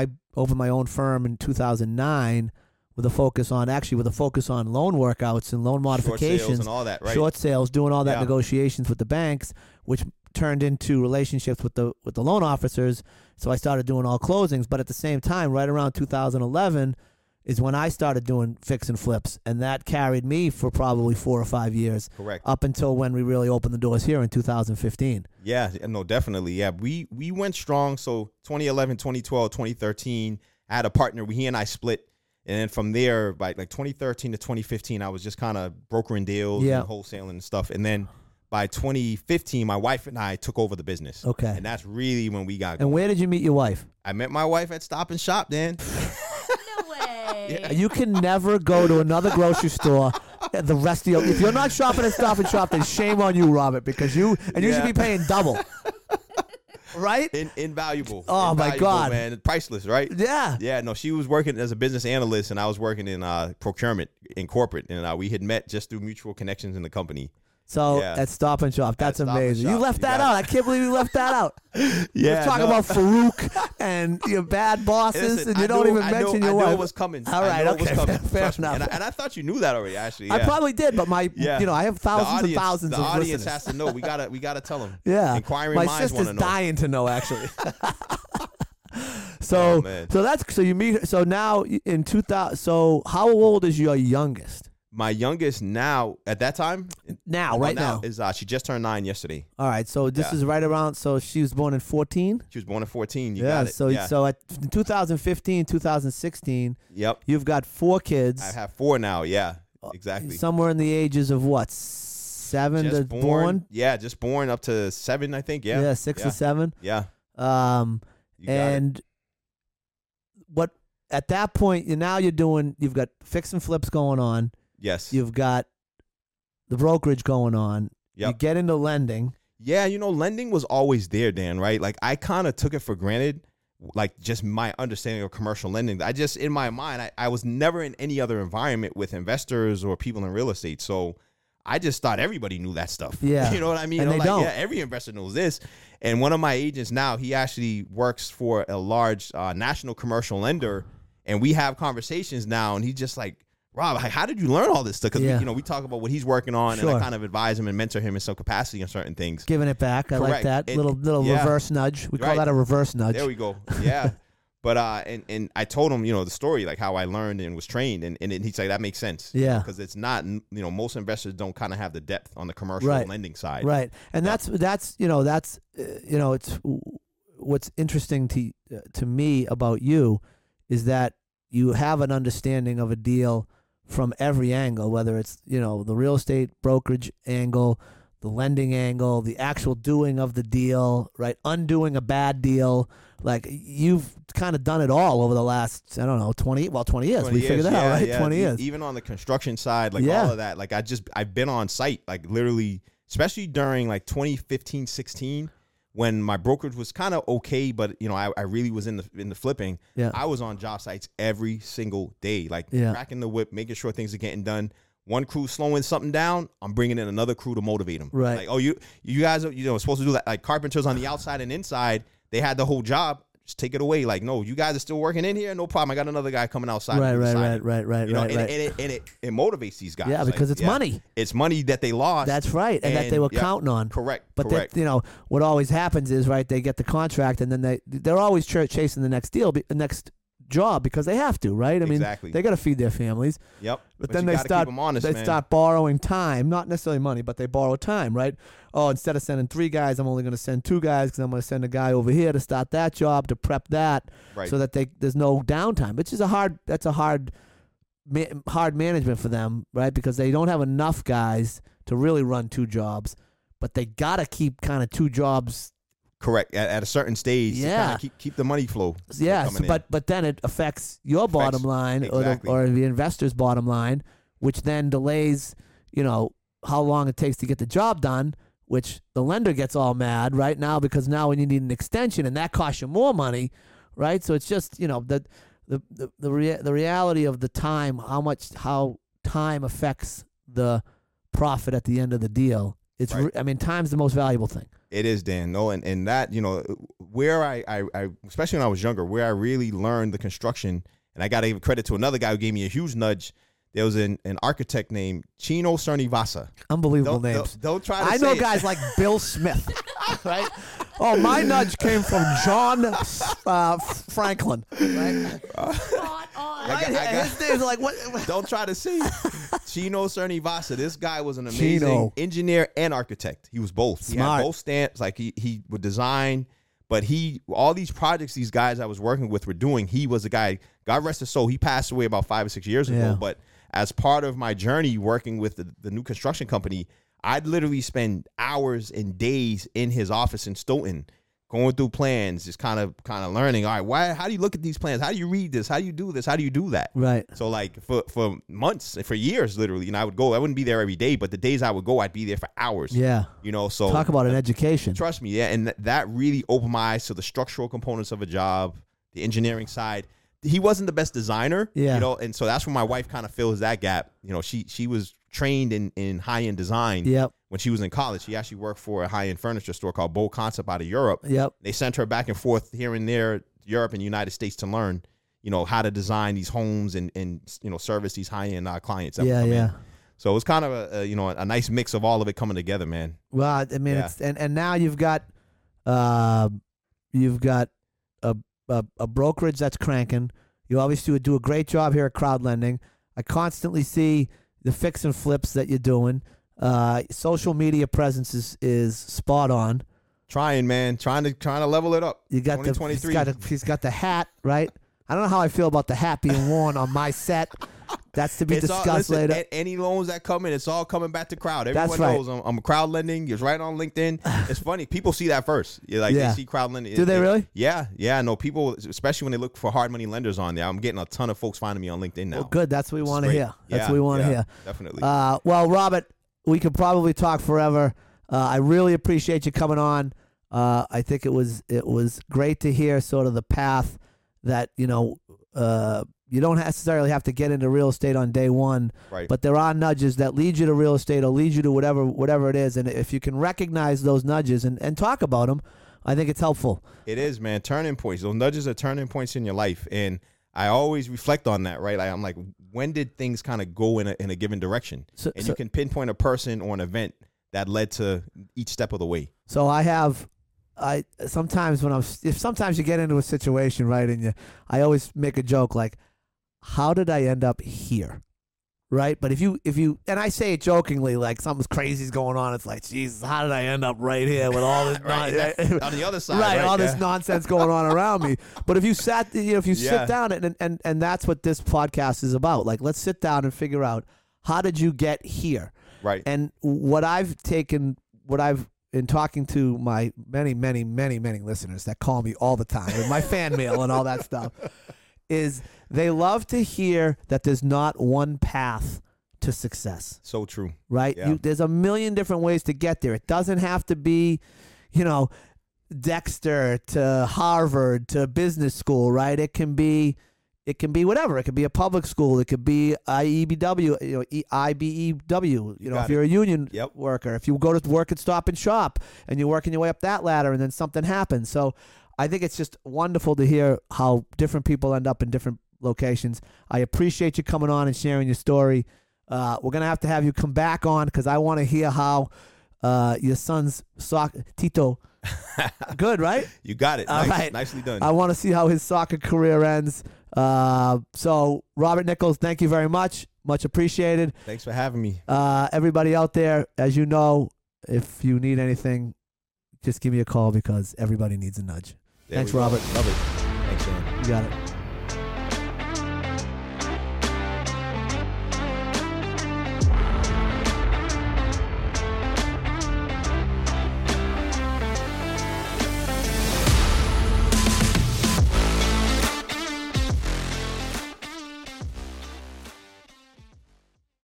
Speaker 1: I opened my own firm in 2009 with a focus on actually with a focus on loan workouts and loan
Speaker 3: Short sales
Speaker 1: modifications,
Speaker 3: and all that, right?
Speaker 1: short sales, doing all that
Speaker 3: Yeah.
Speaker 1: negotiations with the banks, which turned into relationships with the with the loan officers. So I started doing all closings, but at the same time, right around 2011 is when I started doing fix and flips, and that carried me for probably four or five years
Speaker 3: Correct.
Speaker 1: up until when we really opened the doors here in 2015.
Speaker 3: Yeah, yeah, no, definitely. Yeah, we we went strong. So 2011, 2012, 2013, I had a partner. We, he and I split, and then from there, by like 2013 to 2015, I was just kind of brokering deals
Speaker 1: Yeah.
Speaker 3: and wholesaling and stuff. And then by 2015, my wife and I took over the business.
Speaker 1: Okay.
Speaker 3: and that's really when we got.
Speaker 1: And where did you meet your wife?
Speaker 3: I met my wife at Stop and Shop. Then
Speaker 2: No way.
Speaker 1: You can never go to another grocery store the rest of your if you're not shopping at Stop and Shop, then shame on you, Robert, because you and you
Speaker 3: Yeah.
Speaker 1: should be paying double. right?
Speaker 3: In, invaluable.
Speaker 1: Oh, my
Speaker 3: Invaluable,
Speaker 1: God.
Speaker 3: man, priceless, right?
Speaker 1: Yeah.
Speaker 3: Yeah, no, she was working as a business analyst, and I was working in uh, procurement in corporate, and uh, we had met just through mutual connections in the company.
Speaker 1: So
Speaker 3: Yeah.
Speaker 1: at Stop and Shop, that's
Speaker 3: Stop and
Speaker 1: amazing. You
Speaker 3: Shop,
Speaker 1: left
Speaker 3: you
Speaker 1: that
Speaker 3: got
Speaker 1: out.
Speaker 3: it.
Speaker 1: I can't believe you left that out. Let's
Speaker 3: Yeah,
Speaker 1: talk about Farouk and your bad bosses,
Speaker 3: Listen,
Speaker 1: and you
Speaker 3: I
Speaker 1: don't
Speaker 3: knew-
Speaker 1: even
Speaker 3: I knew-
Speaker 1: mention your
Speaker 3: I knew
Speaker 1: wife.
Speaker 3: it was coming.
Speaker 1: All
Speaker 3: I
Speaker 1: right,
Speaker 3: knew
Speaker 1: okay,
Speaker 3: it was coming.
Speaker 1: fair
Speaker 3: Trust me.
Speaker 1: enough.
Speaker 3: And I, and I thought you knew that already. Actually,
Speaker 1: I
Speaker 3: yeah.
Speaker 1: probably did, but my,
Speaker 3: Yeah.
Speaker 1: you know, I have
Speaker 3: The
Speaker 1: thousands
Speaker 3: audience-
Speaker 1: and thousands
Speaker 3: The
Speaker 1: of
Speaker 3: audience
Speaker 1: listeners.
Speaker 3: has to know. We gotta, we gotta tell them.
Speaker 1: yeah,
Speaker 3: inquiring
Speaker 1: my
Speaker 3: minds want
Speaker 1: sister's
Speaker 3: to know.
Speaker 1: dying to know actually.
Speaker 3: Oh,
Speaker 1: so,
Speaker 3: man.
Speaker 1: so that's so you meet. her- So now in two thousand, so how old is your youngest
Speaker 3: My youngest now, at that time,
Speaker 1: now? Right now,
Speaker 3: is uh, she just turned nine yesterday.
Speaker 1: all right. So this
Speaker 3: Yeah.
Speaker 1: is right around. So she was born in fourteen.
Speaker 3: She was born at fourteen. You
Speaker 1: yeah.
Speaker 3: got it.
Speaker 1: So
Speaker 3: yeah.
Speaker 1: so at in 2015, 2016,
Speaker 3: yep.
Speaker 1: you've got four kids.
Speaker 3: I have four now. Yeah,
Speaker 1: Uh,
Speaker 3: exactly.
Speaker 1: Somewhere in the ages of what seven to
Speaker 3: Just born, Yeah, just born up to seven, I think. Yeah.
Speaker 1: yeah, six
Speaker 3: yeah.
Speaker 1: or seven.
Speaker 3: Yeah.
Speaker 1: Um,
Speaker 3: You got it.
Speaker 1: and what at that point you now you're doing you've got fix and flips going on
Speaker 3: yes.
Speaker 1: you've got the brokerage going on you
Speaker 3: Yep.
Speaker 1: get into lending
Speaker 3: Yeah, you know, lending was always there, Dan, right? Like I kind of took it for granted, like just my understanding of commercial lending. I just in my mind, I, I was never in any other environment with investors or people in real estate. So I just thought everybody knew that stuff.
Speaker 1: Yeah.
Speaker 3: You know what I mean?
Speaker 1: And
Speaker 3: I'm
Speaker 1: they
Speaker 3: like,
Speaker 1: don't.
Speaker 3: yeah, every investor knows this. And one of my agents now, he actually works for a large uh, national commercial lender. And we have conversations now, and he's just like, Rob, h- how did you learn all this stuff? Because,
Speaker 1: Yeah.
Speaker 3: you know, we talk about what he's working on, and
Speaker 1: Sure.
Speaker 3: I kind of advise him and mentor him in some capacity on certain things.
Speaker 1: giving it back i like
Speaker 3: Correct.
Speaker 1: that
Speaker 3: It-
Speaker 1: little little
Speaker 3: yeah.
Speaker 1: reverse nudge we call
Speaker 3: Right.
Speaker 1: that a reverse nudge
Speaker 3: There we go. Yeah. but uh and and I told him, you know, the story like how I learned and was trained and and, he's like that makes sense.
Speaker 1: Yeah.
Speaker 3: Cuz it's not you know, most investors don't kind of have the depth on the commercial
Speaker 1: Right.
Speaker 3: lending side.
Speaker 1: right and that's that's you know that's uh, you know it's what's interesting to uh, to me about you is that you have an understanding of a deal from every angle whether it's you know the real estate brokerage angle the lending angle the actual doing of the deal right undoing a bad deal like you've kind of done it all over the last i don't know 20 well 20 years
Speaker 3: 20
Speaker 1: we
Speaker 3: years,
Speaker 1: figured that
Speaker 3: yeah,
Speaker 1: out right
Speaker 3: yeah.
Speaker 1: 20
Speaker 3: E-
Speaker 1: years
Speaker 3: Even on the construction side, like
Speaker 1: Yeah.
Speaker 3: all of that, like I just I've been on site like literally especially during like 2015, 16 when my brokerage was kind of okay, but you know, I, I really was in the in the flipping.
Speaker 1: yeah
Speaker 3: I was on job sites every single day, like
Speaker 1: Yeah.
Speaker 3: cracking the whip, making sure things are getting done. One crew slowing something down, I'm bringing in another crew to motivate them.
Speaker 1: Right.
Speaker 3: Like, oh, you you guys are you know supposed to do that. Like carpenters on the outside and inside, they had the whole job. Just take it away. Like, no, you guys are still working in here. No problem. I got another guy coming outside.
Speaker 1: right
Speaker 3: to do the
Speaker 1: right
Speaker 3: siding.
Speaker 1: right right right
Speaker 3: You know,
Speaker 1: right
Speaker 3: and,
Speaker 1: right
Speaker 3: and it and it, it motivates these guys.
Speaker 1: yeah
Speaker 3: Like,
Speaker 1: because it's
Speaker 3: yeah.
Speaker 1: money
Speaker 3: It's money that they lost.
Speaker 1: That's right, and, that they
Speaker 3: And-
Speaker 1: were
Speaker 3: yeah.
Speaker 1: counting on.
Speaker 3: correct.
Speaker 1: But
Speaker 3: correct.
Speaker 1: that you know what always happens is right. They get the contract, and then they they're always ch- chasing the next deal, be- the next job because they have to, right? I mean,
Speaker 3: Exactly.
Speaker 1: they got to feed their families.
Speaker 3: yep.
Speaker 1: But, then
Speaker 3: you
Speaker 1: they
Speaker 3: gotta keep
Speaker 1: start
Speaker 3: 'em honest,
Speaker 1: they
Speaker 3: man.
Speaker 1: start borrowing time, not necessarily money, but they borrow time, right? Oh, instead of sending three guys, I'm only going to send two guys because I'm going to send a guy over here to start that job to prep that,
Speaker 3: Right.
Speaker 1: so that they there's no downtime. Which is a hard that's a hard ma- hard management for them, right? Because they don't have enough guys to really run two jobs, but they got to keep kind of two jobs.
Speaker 3: correct. At, at a certain stage, to kinda
Speaker 1: Yeah.
Speaker 3: keep keep the money flow.
Speaker 1: Yes,
Speaker 3: coming in.
Speaker 1: but but then it affects your bottom line
Speaker 3: exactly.
Speaker 1: or the, or the investor's bottom line, which then delays, you know, how long it takes to get the job done, which the lender gets all mad right now because now when you need an extension and that costs you more money, right? So it's just, you know, the the the the, rea- the reality of the time, how much how time affects the profit at the end of the deal. It's
Speaker 3: Right.
Speaker 1: re- I mean, time's the most valuable thing.
Speaker 3: It is Dan. No, and, and that you know where I, I I especially when I was younger, where I really learned the construction, and I got to give credit to another guy who gave me a huge nudge. There was an, an architect named Chino Cernivasa.
Speaker 1: Unbelievable
Speaker 3: Don't,
Speaker 1: names.
Speaker 3: don't, don't try to.
Speaker 1: I
Speaker 3: say
Speaker 1: know
Speaker 3: it.
Speaker 1: guys like Bill Smith, right? Oh, my nudge came from John uh, Franklin. Right?
Speaker 2: Spot on.
Speaker 3: I got- I got-
Speaker 1: His name's like what?
Speaker 3: Don't try to say it. Chino Cernivasa. This guy was an amazing
Speaker 1: Chino.
Speaker 3: engineer and architect. He was both. He
Speaker 1: Smart.
Speaker 3: had both stamps. Like he he would design, but he all these projects these guys I was working with were doing. He was the guy. God rest his soul. He passed away about five or six years ago.
Speaker 1: Yeah.
Speaker 3: But as part of my journey working with the, the new construction company, I'd literally spend hours and days in his office in Stoughton going through plans, just kind of kind of learning. All right, why? How do you look at these plans? How do you read this? How do you do this? How do you do that?
Speaker 1: Right.
Speaker 3: So like for for months, for years, literally, and I would go. I wouldn't be there every day, but the days I would go, I'd be there for hours.
Speaker 1: Yeah.
Speaker 3: You know, so
Speaker 1: Talk about an education.
Speaker 3: Trust me, yeah, and th- that really opened my eyes to the structural components of a job, the engineering side. He wasn't the best designer,
Speaker 1: Yeah.
Speaker 3: you know, and so that's where my wife kind of fills that gap. You know, she she was trained in in high end design
Speaker 1: Yep.
Speaker 3: when she was in college. She actually worked for a high end furniture store called Bold Concept out of Europe.
Speaker 1: Yep.
Speaker 3: They sent her back and forth here and there, Europe and United States, to learn, you know, how to design these homes and and you know service these high end uh, clients. That would
Speaker 1: Yeah.
Speaker 3: come in.
Speaker 1: Yeah.
Speaker 3: So it was kind of a, a you know a nice mix of all of it coming together, man.
Speaker 1: Well, I I mean,
Speaker 3: Yeah.
Speaker 1: it's and and now you've got, uh, you've got a, a a brokerage that's cranking. You obviously would do a great job here at crowd lending. I constantly see the fix and flips that you're doing. Uh, social media presence is, is spot on.
Speaker 3: Trying, man, trying to trying to level it up.
Speaker 1: You got the he's
Speaker 3: 2023.
Speaker 1: got, a, he's got the hat, right? I don't know how I feel about the hat being worn on my set. That's to be
Speaker 3: It's all-
Speaker 1: discussed
Speaker 3: listen,
Speaker 1: later.
Speaker 3: a- Any loans that come in, it's all coming back to crowd.
Speaker 1: That's
Speaker 3: Everyone
Speaker 1: right.
Speaker 3: knows I'm, I'm crowd lending. It's right on LinkedIn. It's funny. People see that first. You're like,
Speaker 1: Yeah.
Speaker 3: they see crowd lending.
Speaker 1: Do they really?
Speaker 3: Yeah. Yeah. No, people, especially when they look for hard money lenders on there, I'm getting a ton of folks finding me on LinkedIn now.
Speaker 1: Well, good. That's what we
Speaker 3: It's
Speaker 1: want to
Speaker 3: great.
Speaker 1: hear. That's
Speaker 3: Yeah,
Speaker 1: what we want to
Speaker 3: yeah,
Speaker 1: hear.
Speaker 3: Definitely.
Speaker 1: Uh, well, Robert, we could probably talk forever. Uh, I really appreciate you coming on. Uh, I think it was it was great to hear sort of the path that you know uh, you don't necessarily have to get into real estate on day one,
Speaker 3: right.
Speaker 1: but there are nudges that lead you to real estate or lead you to whatever whatever it is. And if you can recognize those nudges and, and talk about them, I think it's helpful.
Speaker 3: It is, man. Turning points. Those nudges are turning points in your life, and I always reflect on that. Right, like, I'm like, when did things kind of go in a, in a given direction?
Speaker 1: So-
Speaker 3: and
Speaker 1: so-
Speaker 3: you can pinpoint a person or an event that led to each step of the way.
Speaker 1: So I have, I sometimes when I'm if sometimes you get into a situation right and you, I always make a joke like, how did I end up here, right? But if you if you and I say it jokingly like something's crazy's going on, it's like Jesus, how did I end up right here with all this
Speaker 3: Right,
Speaker 1: non-
Speaker 3: that- on the other side,
Speaker 1: right,
Speaker 3: right,
Speaker 1: all
Speaker 3: yeah.
Speaker 1: this nonsense going on around me. But if you sat, you know, if you
Speaker 3: Yeah.
Speaker 1: sit down and, and and that's what this podcast is about. Like, let's sit down and figure out how did you get here.
Speaker 3: Right.
Speaker 1: And what I've taken, what I've in talking to my many, many, many, many listeners that call me all the time, and my fan mail and all that stuff, is they love to hear that there's not one path to success,
Speaker 3: so true.
Speaker 1: right?
Speaker 3: Yeah.
Speaker 1: You, there's a million different ways to get there. It doesn't have to be, you know, Dexter to Harvard to business school, right? It can be. It can be whatever. It could be a public school. It could be IEBW, you know, E- IBEW. You, know,
Speaker 3: got
Speaker 1: if
Speaker 3: it.
Speaker 1: you're a union
Speaker 3: Yep.
Speaker 1: worker, if you go to work at Stop and Shop and you're working your way up that ladder, and then something happens. So, I think it's just wonderful to hear how different people end up in different locations. I appreciate you coming on and sharing your story. Uh, we're gonna have to have you come back on because I want to hear how uh, your son's soccer Tito. Good, right?
Speaker 3: You got it.
Speaker 1: All
Speaker 3: Nice-
Speaker 1: right.
Speaker 3: Nicely done.
Speaker 1: I want to see how his soccer career ends. Uh, so, Robert Nichols, thank you very much. Much appreciated.
Speaker 3: Thanks for having me.
Speaker 1: Uh, everybody out there, as you know, if you need anything, just give me a call because everybody needs a nudge.
Speaker 3: There
Speaker 1: Thanks,
Speaker 3: we go.
Speaker 1: Robert.
Speaker 3: Love it. Thanks, man.
Speaker 1: You got it.